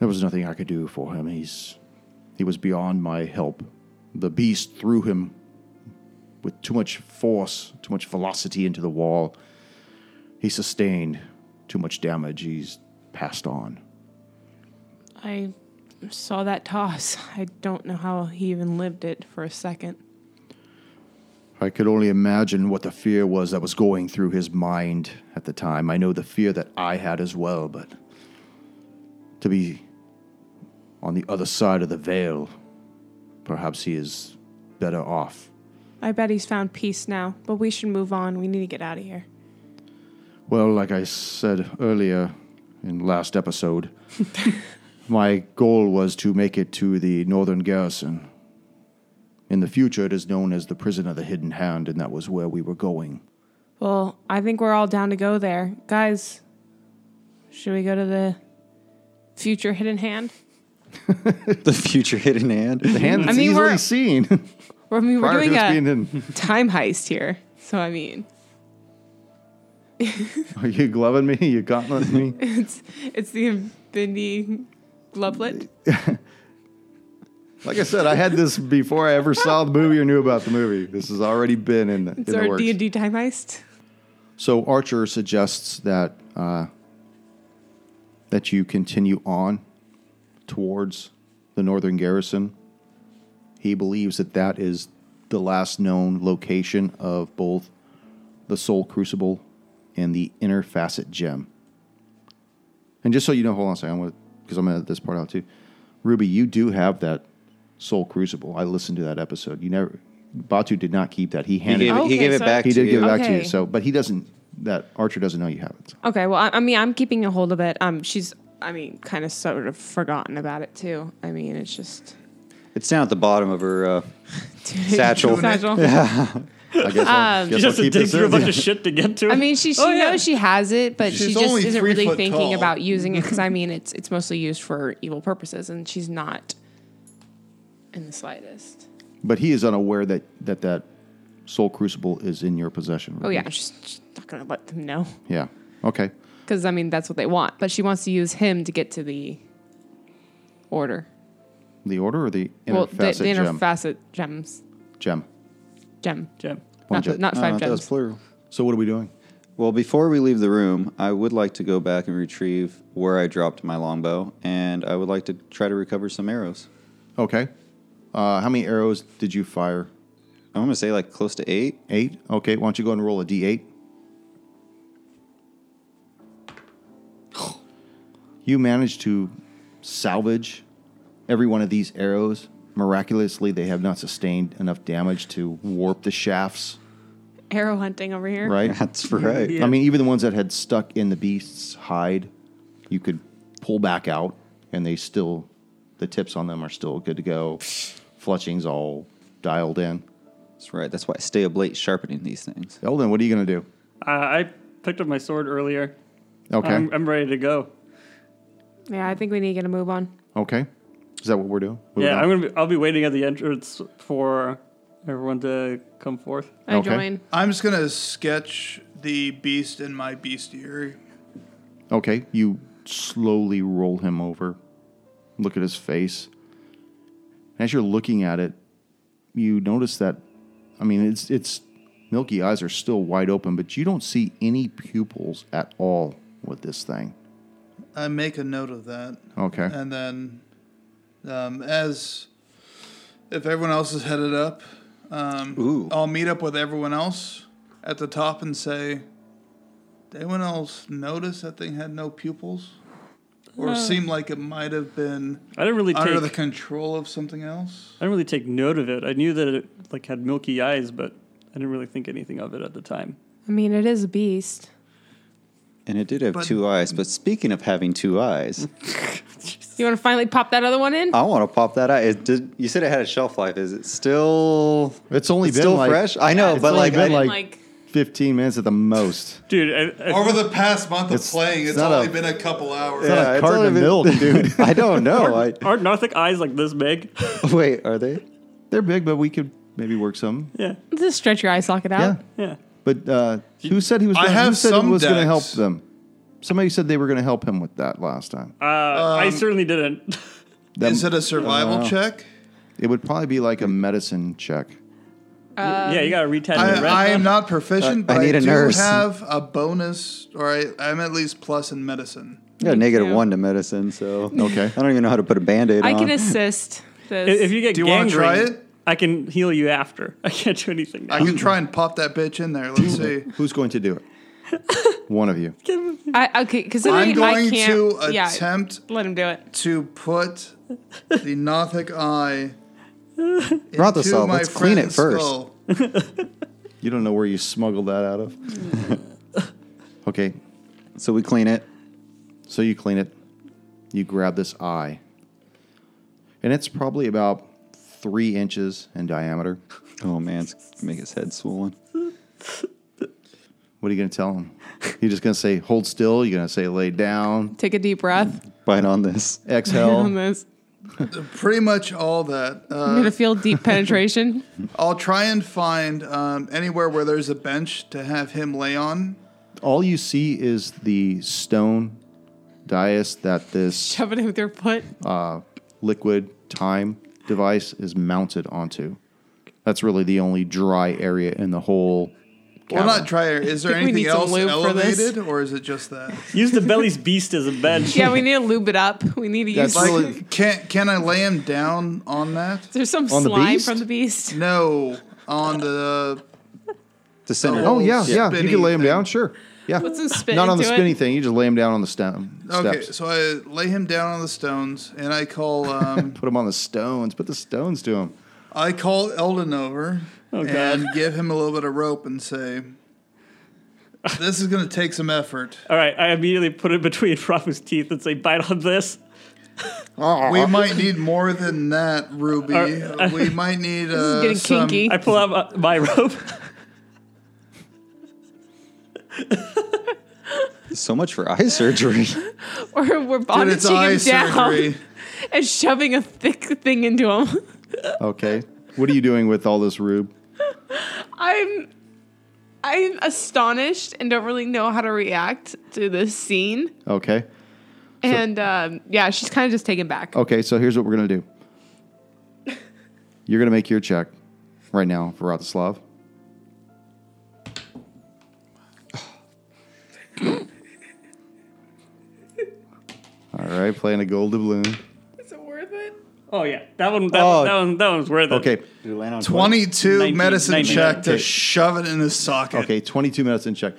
There was nothing I could do for him. He's. He was beyond my help. The beast threw him with too much force, too much velocity into the wall. He sustained too much damage. He's passed on. I saw that toss. I don't know how he even lived it for a second. I could only imagine what the fear was that was going through his mind at the time. I know the fear that I had as well, but to be on the other side of the veil, perhaps he is better off. I bet he's found peace now, but we should move on. We need to get out of here. Well, like I said earlier in last episode, my goal was to make it to the Northern Garrison. In the future, it is known as the Prison of the Hidden Hand, and that was where we were going. Well, I think we're all down to go there. Guys, should we go to the future hidden hand? the future hidden The hand. hand that's mean, easily we're- seen I mean, we're prior to doing its a being hidden. time heist here. So, I mean, Are you gloving me? You gauntleting me? it's it's the Infinity Glovelet. Like I said, I had this before I ever saw the movie or knew about the movie. This has already been in the, in It's the our works. D&D time heist. So Archer suggests that uh, that you continue on towards the northern garrison. He believes that that is the last known location of both the Soul Crucible and the Inner Facet Gem. And just so you know, hold on a second, I'm gonna because I'm gonna edit this part out too. Ruby, you do have that Soul Crucible. I listened to that episode. You never Batu did not keep that. He He handed gave, it it, he Okay, gave it so- back he to did you. give it back to you. Okay. So, but he doesn't. That Archer doesn't know you have it. So. Okay, well, I, I mean, I'm keeping a hold of it. Um, she's, I mean, kind of sort of forgotten about it too. I mean, it's just It's down at the bottom of her. Uh, Satchel. Satchel. I guess. Um, I'll, guess She I'll has to keep dig this through a in. bunch of shit to get to it. I mean, she, she Oh, yeah. knows she has it, but She's she just only isn't three really foot thinking tall. about using it because I mean, it's it's mostly used for evil purposes, and she's not in the slightest. But he is unaware that that that soul crucible is in your possession. Oh Ruby. yeah, she's, she's not gonna let them know Yeah. Okay. because I mean that's what they want. But she wants to use him to get to the order. The order or the inner well, the, facet the inner gem. facet gems, gem. gem, Jim. One not, gem. Uh, not no, five Uh, that was gems. plural. So what are we doing? Well, before we leave the room, I would like to go back and retrieve where I dropped my longbow, and I would like to try to recover some arrows. Okay. Uh, how many arrows did you fire? I'm gonna say like close to eight. Eight. Okay. Why don't you go and roll a d8? You managed to salvage every one of these arrows. Miraculously, they have not sustained enough damage to warp the shafts, Arrow hunting over here. right? That's right. Yeah. I mean, even the ones that had stuck in the beast's hide, you could pull back out, and they still, the tips on them are still good to go. Fletching's all dialed in. That's right. That's why I stay up late sharpening these things. Elden, what are you going to do? Uh, I picked up my sword earlier. Okay. I'm, I'm ready to go. Yeah, I think we need to get a move on. okay. Is that what we're doing? Moving yeah, on? I'm gonna. Be, I'll be waiting at the entrance for everyone to come forth. I Okay. join. I'm just gonna sketch the beast in my bestiary. Okay, you slowly roll him over. Look at his face. As you're looking at it, you notice that I mean it's it's milky eyes are still wide open, but you don't see any pupils at all with this thing. I make a note of that, Okay. and then um, as if everyone else is headed up, Ooh. um, I'll meet up with everyone else at the top and say, "Did anyone else notice that thing had no pupils, or seemed like it might have been I didn't really under take. the control of something else?" I didn't really take note of it. I knew that it like had milky eyes, but I didn't really think anything of it at the time. I mean, it is a beast. And it did have But- two eyes. But speaking of having two eyes, You want to finally pop that other one in? I want to pop that eye. It did, you said it had a shelf life. Is it still? It's only it's been still like fresh. I know, it's but only like, been I- like- fifteen minutes at the most. Dude, I, I, Over the past month of It's- playing, it's it's, not only a- been a couple hours. not a yeah, it's carton only of been- milk, dude. I don't know. I, aren't Narthic eyes like this big? wait, are they? They're big, but we could maybe work some. yeah, Just stretch your eye socket out. Yeah. yeah. But uh, who said he was? I Gonna, who have said some it was going to decks. help them? Somebody said they were going to help him with that last time. Uh, Um, I certainly didn't. Them- Is it a survival check? It would probably be like a medicine check. yeah, you gotta retatch I, the red. I am not proficient, I- I but I, need a do nurse. have a bonus, or I, I'm at least plus in medicine. I got a Me negative too. one to medicine, so Okay. I don't even know how to put a band-aid I on. can assist this. If if you get Do you wanna gangrene, try it? I can heal you after. I can't do anything. Now. I can try and pop that bitch in there. Let's see. Who's going to do it? One of you. I, okay, because I, I'm mean, I going can't. to yeah, attempt let him do it. to put the Nothic eye into Rothosol, my let's clean it friend's first. skull. You don't know where you smuggled that out of. okay, So we clean it. so you clean it. You grab this eye, and it's probably about three inches in diameter. Oh man, it's gonna make his head swollen. What are you going to tell him? You're just going to say, "Hold still." You're going to say, "Lay down." Take a deep breath Bite on this. Exhale. on this. Pretty much all that. I'm Uh, gonna feel deep penetration. I'll try and find um, anywhere where there's a bench to have him lay on. All you see is the stone dais that this Shove it in with your foot. liquid time device is mounted onto. That's really the only dry area in the whole. Well, cavern. not try it. Is there Think we anything need some else lube for this. elevated, or is it just that? Use the belly's beast as a bed. Yeah, we need to lube it up. We need to use. That's Like, really- can can I lay him down on that? There's some On the slime beast? from the beast. No, on the The center. Oh yeah, yeah. You Spinny can lay him thing. down, sure. Yeah. Put some spit Not on the into it. spinny thing. You just lay him down on the stone okay. steps. So I lay him down on the stones, and I call um, Put him on the stones. Put the stones to him. I call Eldon over Oh, God. and give him a little bit of rope and say, "This is going to take some effort. All right, I immediately put it between Rafu's teeth and say, "Bite on this." We might need more than that, Ruby. we might need uh, getting some- kinky. I pull out my, my rope. So much for eye surgery. Or we're Dude, it's bondaging eye him down surgery. and shoving a thick thing into him. Okay. what are you doing with all this rube? I'm I'm astonished and don't really know how to react to this scene. Okay. and um, yeah, she's kind of just taken back. Oh. Okay. So here's what we're gonna do. You're gonna make your check right now for Vratislav. All right, playing a gold doubloon. Is it worth it? Oh yeah, that one. That, Oh. one, that one. That one's worth it. Okay, Twenty-two 19, medicine 19, check to okay. shove it in his socket. okay, 22 minutes in check.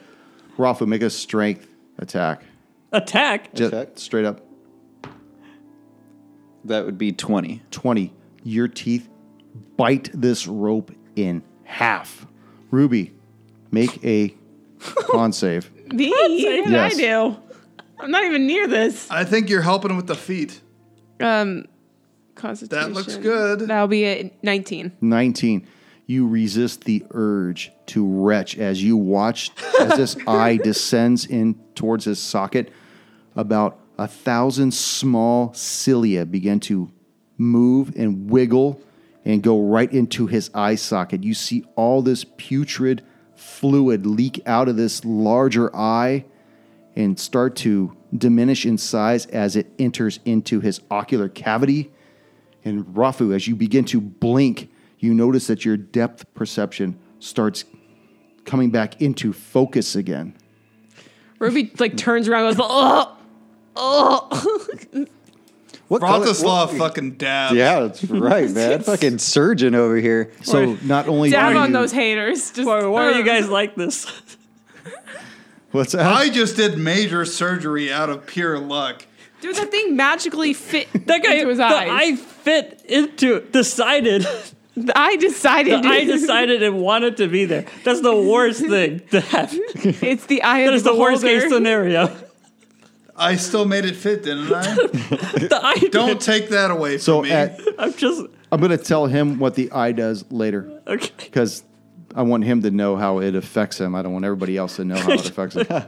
Rafu, make a strength attack. Attack. Just Attack? straight up That would be 20. 20. Your teeth bite this rope in half. Ruby, make a con save. Me? What did Yes. I do? I'm not even near this. I think you're helping him with the feet. Um, Constitution. looks good. That'll be a 19. 19. You resist the urge to retch as you watch as this eye descends in towards his socket. About a thousand small cilia begin to move and wiggle and go right into his eye socket. You see all this putrid fluid leak out of this larger eye and start to diminish in size as it enters into his ocular cavity. And Rafu, as you begin to blink, you notice that your depth perception starts coming back into focus again. Ruby like turns around and goes, oh, oh. What color- Vratislav what- fucking dabs. Yeah, that's right, man. Fucking surgeon over here. So not only Dab do on you- those haters. Just, Why, why Um, are you guys like this? what's that? I just did major surgery out of pure luck. Dude, that thing magically fit That guy. into his the eyes. eye fit into decided. The eye The decided. eye dude. decided it wanted to be there. That's the worst thing to happen. It's the eye That of is the worst case scenario. I still made it fit, didn't I? The eye. Don't take that away from so me. at, I'm just I'm going to tell him what the eye does later okay. because I want him to know how it affects him. I don't want everybody else to know how it affects him.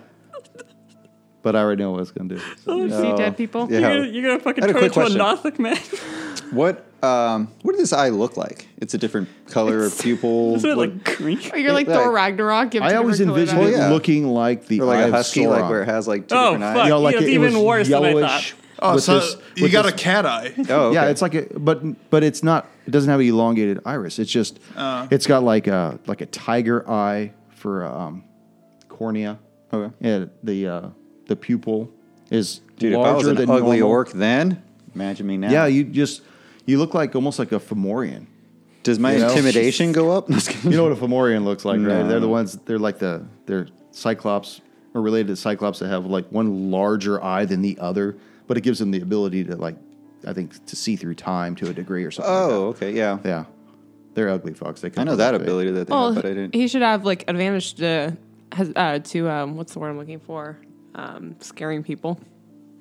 But I already know what it's going to do. So- See Oh. dead people. Yeah. You're, you're gonna fucking I had a turn quick into a question. Nothic man. What um what did this eye look like? It's a different color of pupil. Isn't it what- like green? Or Oh, you're like Like- Thor Ragnarok. you have I two always different envisioned colored it eyes. Oh, yeah. looking like the or like eye a husky, of Sauron. like where it has like two Oh, different you fuck. eyes. know, like Yeah, it's it was even worse than I yellowish. thought. oh, with so this- you with got this- a cat eye. Oh, Yeah, okay. it's like a but but it's not it doesn't have an elongated iris. It's just Uh. it's got like a like a tiger eye for um, cornea. Okay. And the uh, the pupil is Dude, if I was larger an than ugly normal. orc then, imagine me now. Yeah, you just you look like almost like a Fomorian. Does my you know? intimidation go up? No, just kidding. You know what a Fomorian looks like, right? No. They're the ones they're like the they're cyclops or related to cyclops that have like one larger eye than the other, but it gives them the ability to like I think to see through time to a degree or something. like that. oh, okay, yeah. Yeah. They're ugly fucks. They I know come that up big. ability that they Well, have, but I didn't. he should have like advantage to has uh, to um, what's the word I'm looking for? Um, scaring people.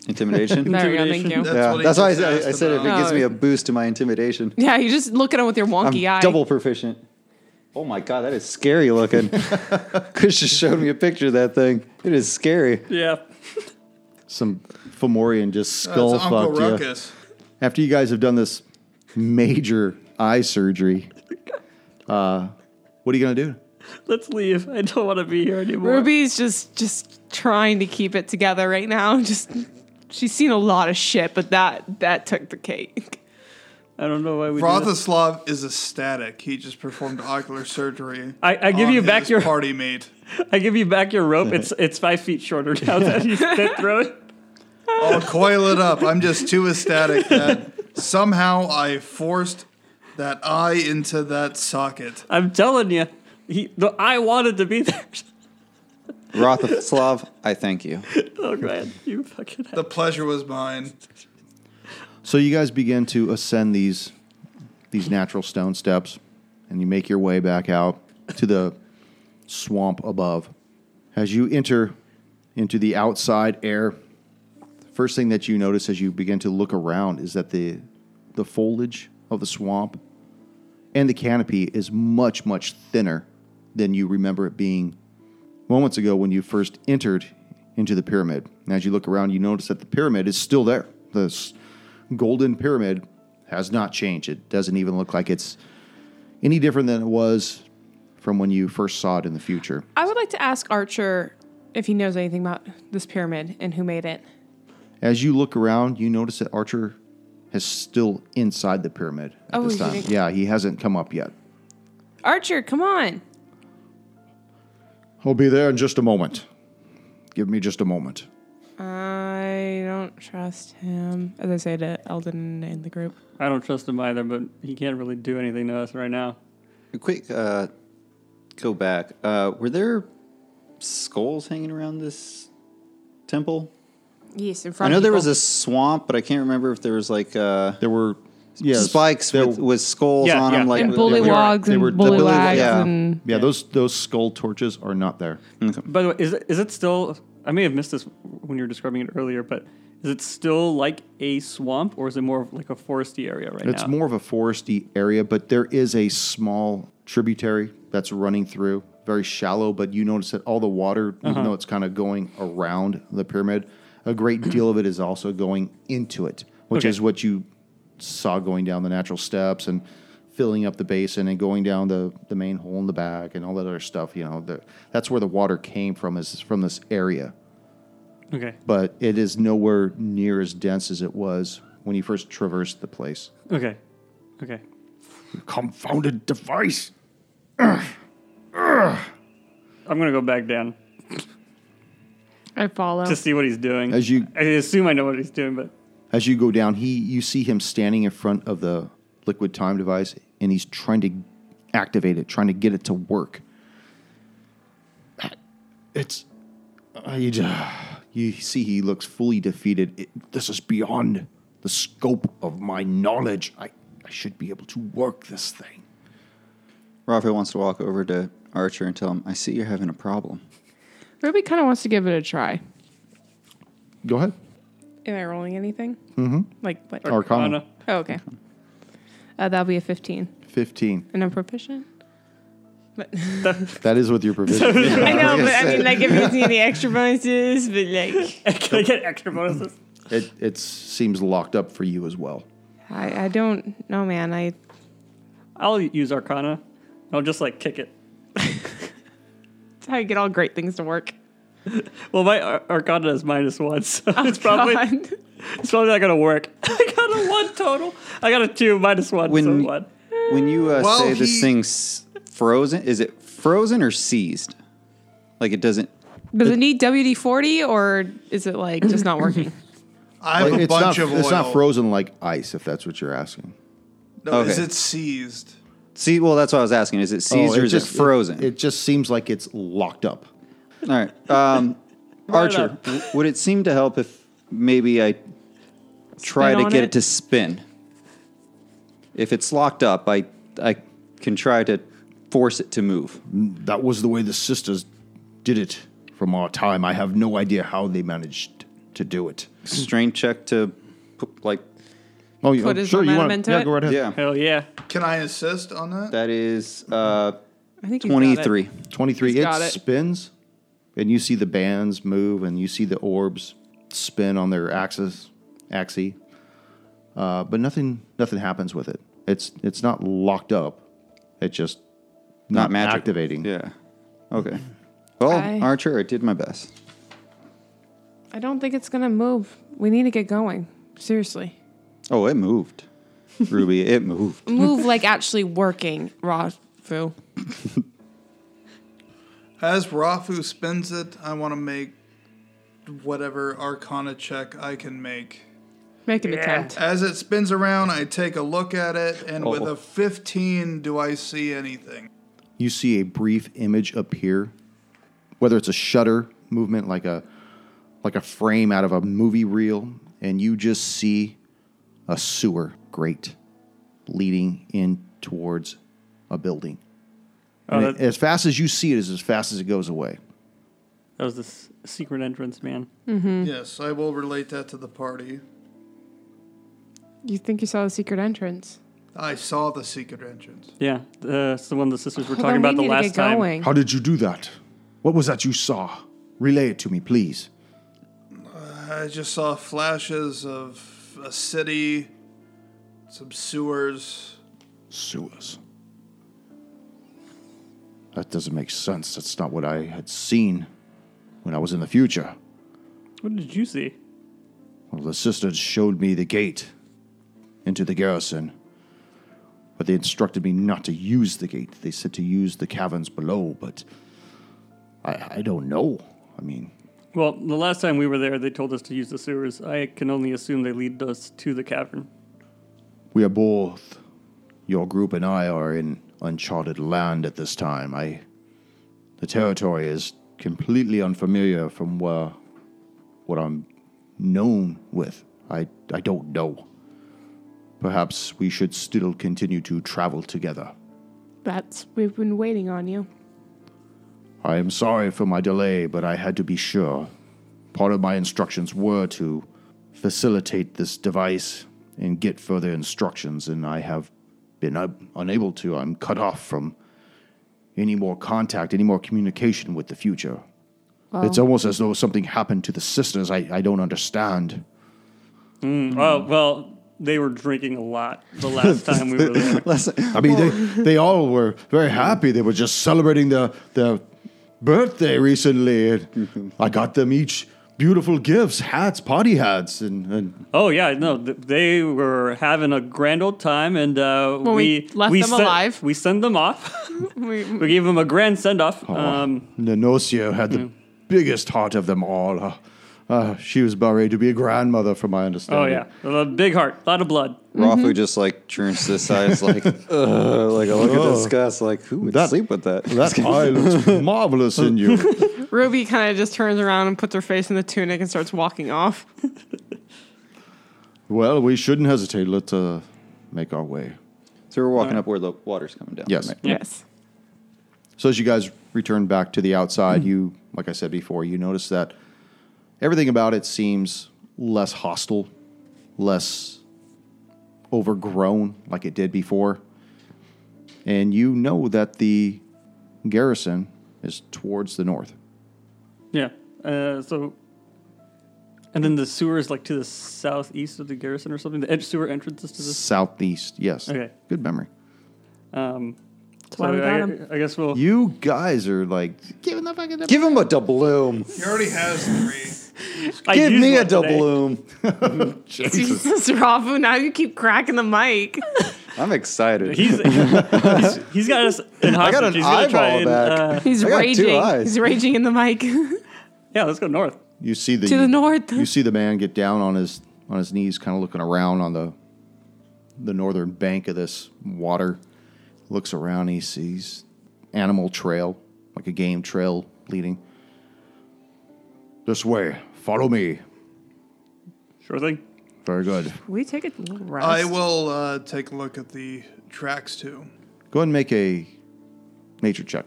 Intimidation? There we go. Thank you. Intimidation. yeah, what he that's why I, just I- asked I said if it about. gives me a boost to my intimidation. Yeah, you just look at him with your I'm wonky eye. double proficient. Oh my god, that is scary looking. Chris just showed me a picture of that thing. It is scary. Yeah. Some Fomorian just That's skull Uncle fucked you. Ruckus. after you guys have done this major eye surgery, uh, what are you going to do? Let's leave. I don't want to be here anymore. Ruby's just just trying to keep it together right now. Just she's seen a lot of shit, but that that took the cake. I don't know why we. Did this. Vratislav is ecstatic. He just performed ocular surgery. I- I give on you back his your- party mate. I give you back your rope. It's it's five feet shorter now that you spit through it. I'll coil it up. I'm just too ecstatic that somehow I forced that eye into that socket. I'm telling you, he, the, I wanted to be there. Rothaslav, I thank you. oh, Grant, you fucking. The pleasure was mine. So you guys begin to ascend these these natural stone steps, and you make your way back out to the swamp above. As you enter into the outside air, the first thing that you notice as you begin to look around is that the the foliage of the swamp and the canopy is much much thinner than you remember it being moments ago when you first entered into the pyramid. And as you look around, you notice that the pyramid is still there. This golden pyramid has not changed. It doesn't even look like it's any different than it was from when you first saw it in the future. I would like to ask Archer if he knows anything about this pyramid and who made it. As you look around, you notice that Archer is still inside the pyramid at Oh, this he time. didn't- Yeah, he hasn't come up yet. Archer, come on. I'll be there in just a moment. Give me just a moment. I don't trust him. As I say to Eldon and the group. I don't trust him either, but he can't really do anything to us right now. A quick uh, go back. Uh, were there skulls hanging around this temple? Yes, in I front know there was a swamp, but I can't remember if there was like uh, There were yeah, spikes there- with, with skulls Yeah, on them. yeah. Like and they were- bullywogs they and were- the bullywags bully- yeah. and yeah, those those skull torches are not there. By the way, is it, is it still? I may have missed this when you were describing it earlier, but is it still like a swamp, or is it more of like a foresty area right It's now? more of a foresty area, but there is a small tributary that's running through, very shallow. But you notice that all the water, even though it's kind of going around the pyramid, a great deal of it is also going into it, which Okay. is what you saw going down the natural steps and filling up the basin and going down the, the main hole in the back and all that other stuff. You know, the, that's where the water came from is from this area Okay. but it is nowhere near as dense as it was when you first traversed the place. Okay. Okay. Confounded device! I'm gonna go back down I follow. to see what he's doing. As you- I assume I know what he's doing, but As you go down, he you see him standing in front of the liquid time device, and he's trying to activate it, trying to get it to work. It's uh, you, ju- you see he looks fully defeated. It, this is beyond the scope of my knowledge. I, I should be able to work this thing. Raphael wants to walk over to Archer and tell him, "I see you're having a problem." Ruby kind of wants to give it a try. Go ahead. Am I rolling anything? Mm-hmm. Like what? Arcana. Anna, Oh, okay. Uh, that'll be a 15. 15. And I'm proficient? But That is with your provision. I know, but I mean, like, if you need any extra bonuses, but Oh. like. can I get extra bonuses? it it seems locked up for you as well. I, I don't know, man. I I'll use Arcana. I'll just like kick it. That's how you get all great things to work. Well, my Ar- Arcana is minus one, so it's probably Oh, God. it's probably not gonna work. I got a one total. I got a two minus one. When- so one. When you uh, Well, say he- this thing's frozen, is it frozen or seized? Like it doesn't. Does it need WD 40 or is it like just not working? I have Like, a it's bunch not, of oil. It's not frozen like ice, if that's what you're asking. No, is Okay. it seized? See, well, that's what I was asking. Is it seized Oh, or is it frozen? It, just seems like it's locked up. All right, um, Archer, up. w- would it seem to help if maybe I try Spin to on get it? it? to spin? If it's locked up, I I can try to force it to move. That was the way the sisters did it from our time. I have no idea how they managed to do it. Strength check to pu- like Oh, you, Put oh, his sure. You momentum want into Yeah, it? go right ahead. yeah. Hell yeah! Can I insist on that? That is uh, I think he's got it. twenty three. Twenty-three. It, got it. spins, and you see the bands move, and you see the orbs spin on their axis, axis. uh, but nothing nothing happens with it. It's it's not locked up. It just Not magic. activating. Yeah. Okay. Well, I- Archer, I did my best. I don't think it's gonna move. We need to get going. Seriously. Oh, it moved. Ruby, it moved. Move like actually working, Rafu. As Rafu spends it, I want to make whatever Arcana check I can make. Make an attempt. As it spins around, I take a look at it, and with Oh. a 15, do I see anything? You see a brief image appear, whether it's a shutter movement like a like a frame out of a movie reel, and you just see a sewer grate leading in towards a building. Oh, And that, as fast as you see it is as fast as it goes away. that was the s- secret entrance, man. Yes, I will relate that to the party. You think you saw a secret entrance? I saw the secret entrance. Yeah, the, it's the one the sisters were Well, talking then about the we need to last get time. Going. How did you do that? What was that you saw? Relay it to me, please. I just saw flashes of a city, some sewers. Sewers. That doesn't make sense. That's not what I had seen when I was in the future. What did you see? Well, the sisters showed me the gate into the garrison, but they instructed me not to use the gate. They said to use the caverns below, but I, I don't know. I mean, Well, the last time we were there, they told us to use the sewers. I can only assume they lead us to the cavern. We are both, your group and I, are in uncharted land at this time. I, the territory is completely unfamiliar from where, what I'm known with. I, I don't know. Perhaps we should still continue to travel together. That's we've been waiting on you. I am sorry for my delay, but I had to be sure. Part of my instructions were to facilitate this device and get further instructions, and I have been un- unable to. I'm cut off from any more contact, any more communication with the future. It's almost as though something happened to the sisters. I, I don't understand. Oh, well, they were drinking a lot the last time we were there. I mean, Oh. they, they all were very happy. They were just celebrating their, their birthday recently. And I got them each beautiful gifts, hats, party hats. And, and Oh yeah, no, th- they were having a grand old time, and uh, Well, we we left we them alive. We sent them off. We, we gave them a grand send off. Oh, Um, Nenosia had the biggest heart of them all. Uh, uh, she was about ready to be a grandmother, from my oh understanding. yeah, a big heart, a lot of blood. Rafu just like turns to the side. It's like, ugh, like I look at this Gus, like who would That- sleep with Oh. that? That eye looks marvelous in you. Ruby kind of just turns around and puts her face in the tunic and starts walking off. Well, we shouldn't hesitate. Let's uh, make our way. So we're walking up where the water's coming down. Yes. Yes. So as you guys return back to the outside, you, like I said before, you notice that everything about it seems less hostile, less overgrown like it did before. And you know that the garrison is towards the north. Yeah. Uh, so, and then the sewer is like to the southeast of the garrison or something. The ed- sewer entrance is to the. Southeast, yes. Okay. Good memory. Um, so why we got I, 'em. I guess we'll. You guys are like giving the fucking Give him a doubloon. He already has three. I Give used me a one today. doubloon. Jesus, Rafu, now you keep cracking the mic. I'm excited. He's, he's he's got us in hostage. got an he's gonna try eyeball and, back. uh, He's I got two raging. eyes. He's raging in the mic. to yeah, let's go north. You see the the north. you see the man get down on his on his knees, kind of looking around on the the northern bank of this water. Looks around, he sees animal trail, like a game trail leading. This way, follow me. Sure thing. Very good. we take a little rest. I will uh, take a look at the tracks too. Go ahead and make a nature check.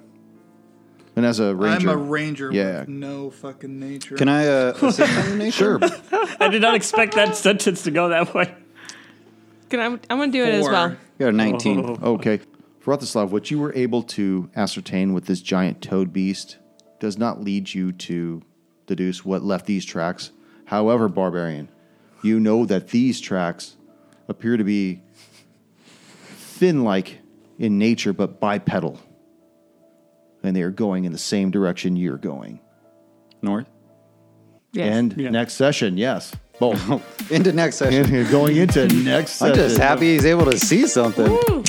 And as a ranger, I'm a ranger Yeah. with no fucking nature. Can I uh, assist in nature? sure. I did not expect that sentence to go that way. Can I, I'm going to do it as Four. well. Got a 19. Okay. Vratislav, what you were able to ascertain with this giant toad beast does not lead you to deduce what left these tracks. However, barbarian, you know that these tracks appear to be fin like in nature but bipedal. And they are going in the same direction you're going. North. Yes. And Yeah. next session, yes. Boom. Into next session. And going into next I'm session. just happy he's able to see something. Woo.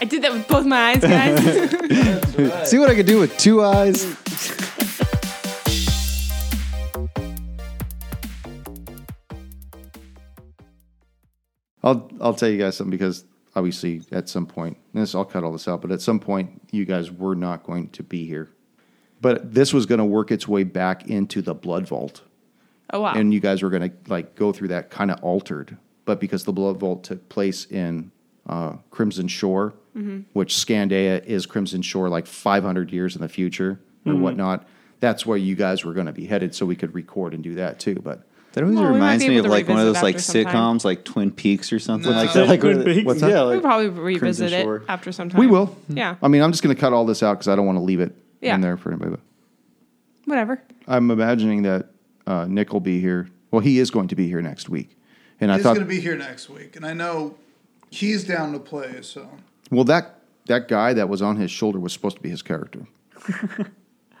I did that with both my eyes, guys. See what I could do with two eyes. I'll I'll tell you guys something because obviously at some point and this I'll cut all this out, but at some point you guys were not going to be here. But this was going to work its way back into the blood vault, oh wow. and you guys were going to like go through that kind of altered. But because the blood vault took place in uh, Crimson Shore, which Scandea is Crimson Shore like 500 years in the future or whatnot, that's where you guys were going to be headed, so we could record and do that too. But That always Well, we might reminds be me able of to like one of those revisit like after some time. sitcoms, like Twin Peaks or something No. like that. Like Twin where the- Peaks. what's that? Yeah, like, we probably revisit it Shore. after some time. we will. Yeah. I mean, I'm just going to cut all this out because I don't want to leave it Yeah. in there for anybody. But. Whatever. I'm imagining that uh, Nick will be here. Well, he is going to be here next week, and I He's thought, going to be here next week, and I know he's down to play. So well, that that guy that was on his shoulder was supposed to be his character.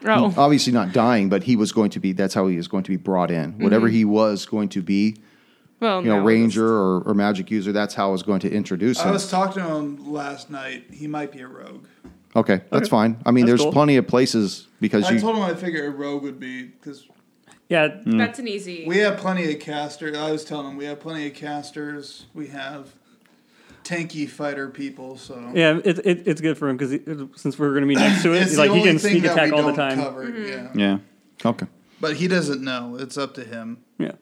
Oh. Obviously, not dying, but he was going to be. That's how he was going to be brought in. Whatever he was going to be, Well, you know, no, ranger or, or magic user. That's how I was going to introduce I him. was talking to him last night. He might be a rogue. okay, that's fine. I mean, That's there's cool. plenty of places because I you. told him I figured a rogue would be because Yeah, That's an easy. we have plenty of casters. I was telling him we have plenty of casters. We have tanky fighter people. So yeah, it, it, it's good for him because since we're going to be next to it, the like he only can thing sneak that attack we all the Mm-hmm. don't time. cover, yeah. Yeah. okay, but he doesn't know. It's up to him. Yeah,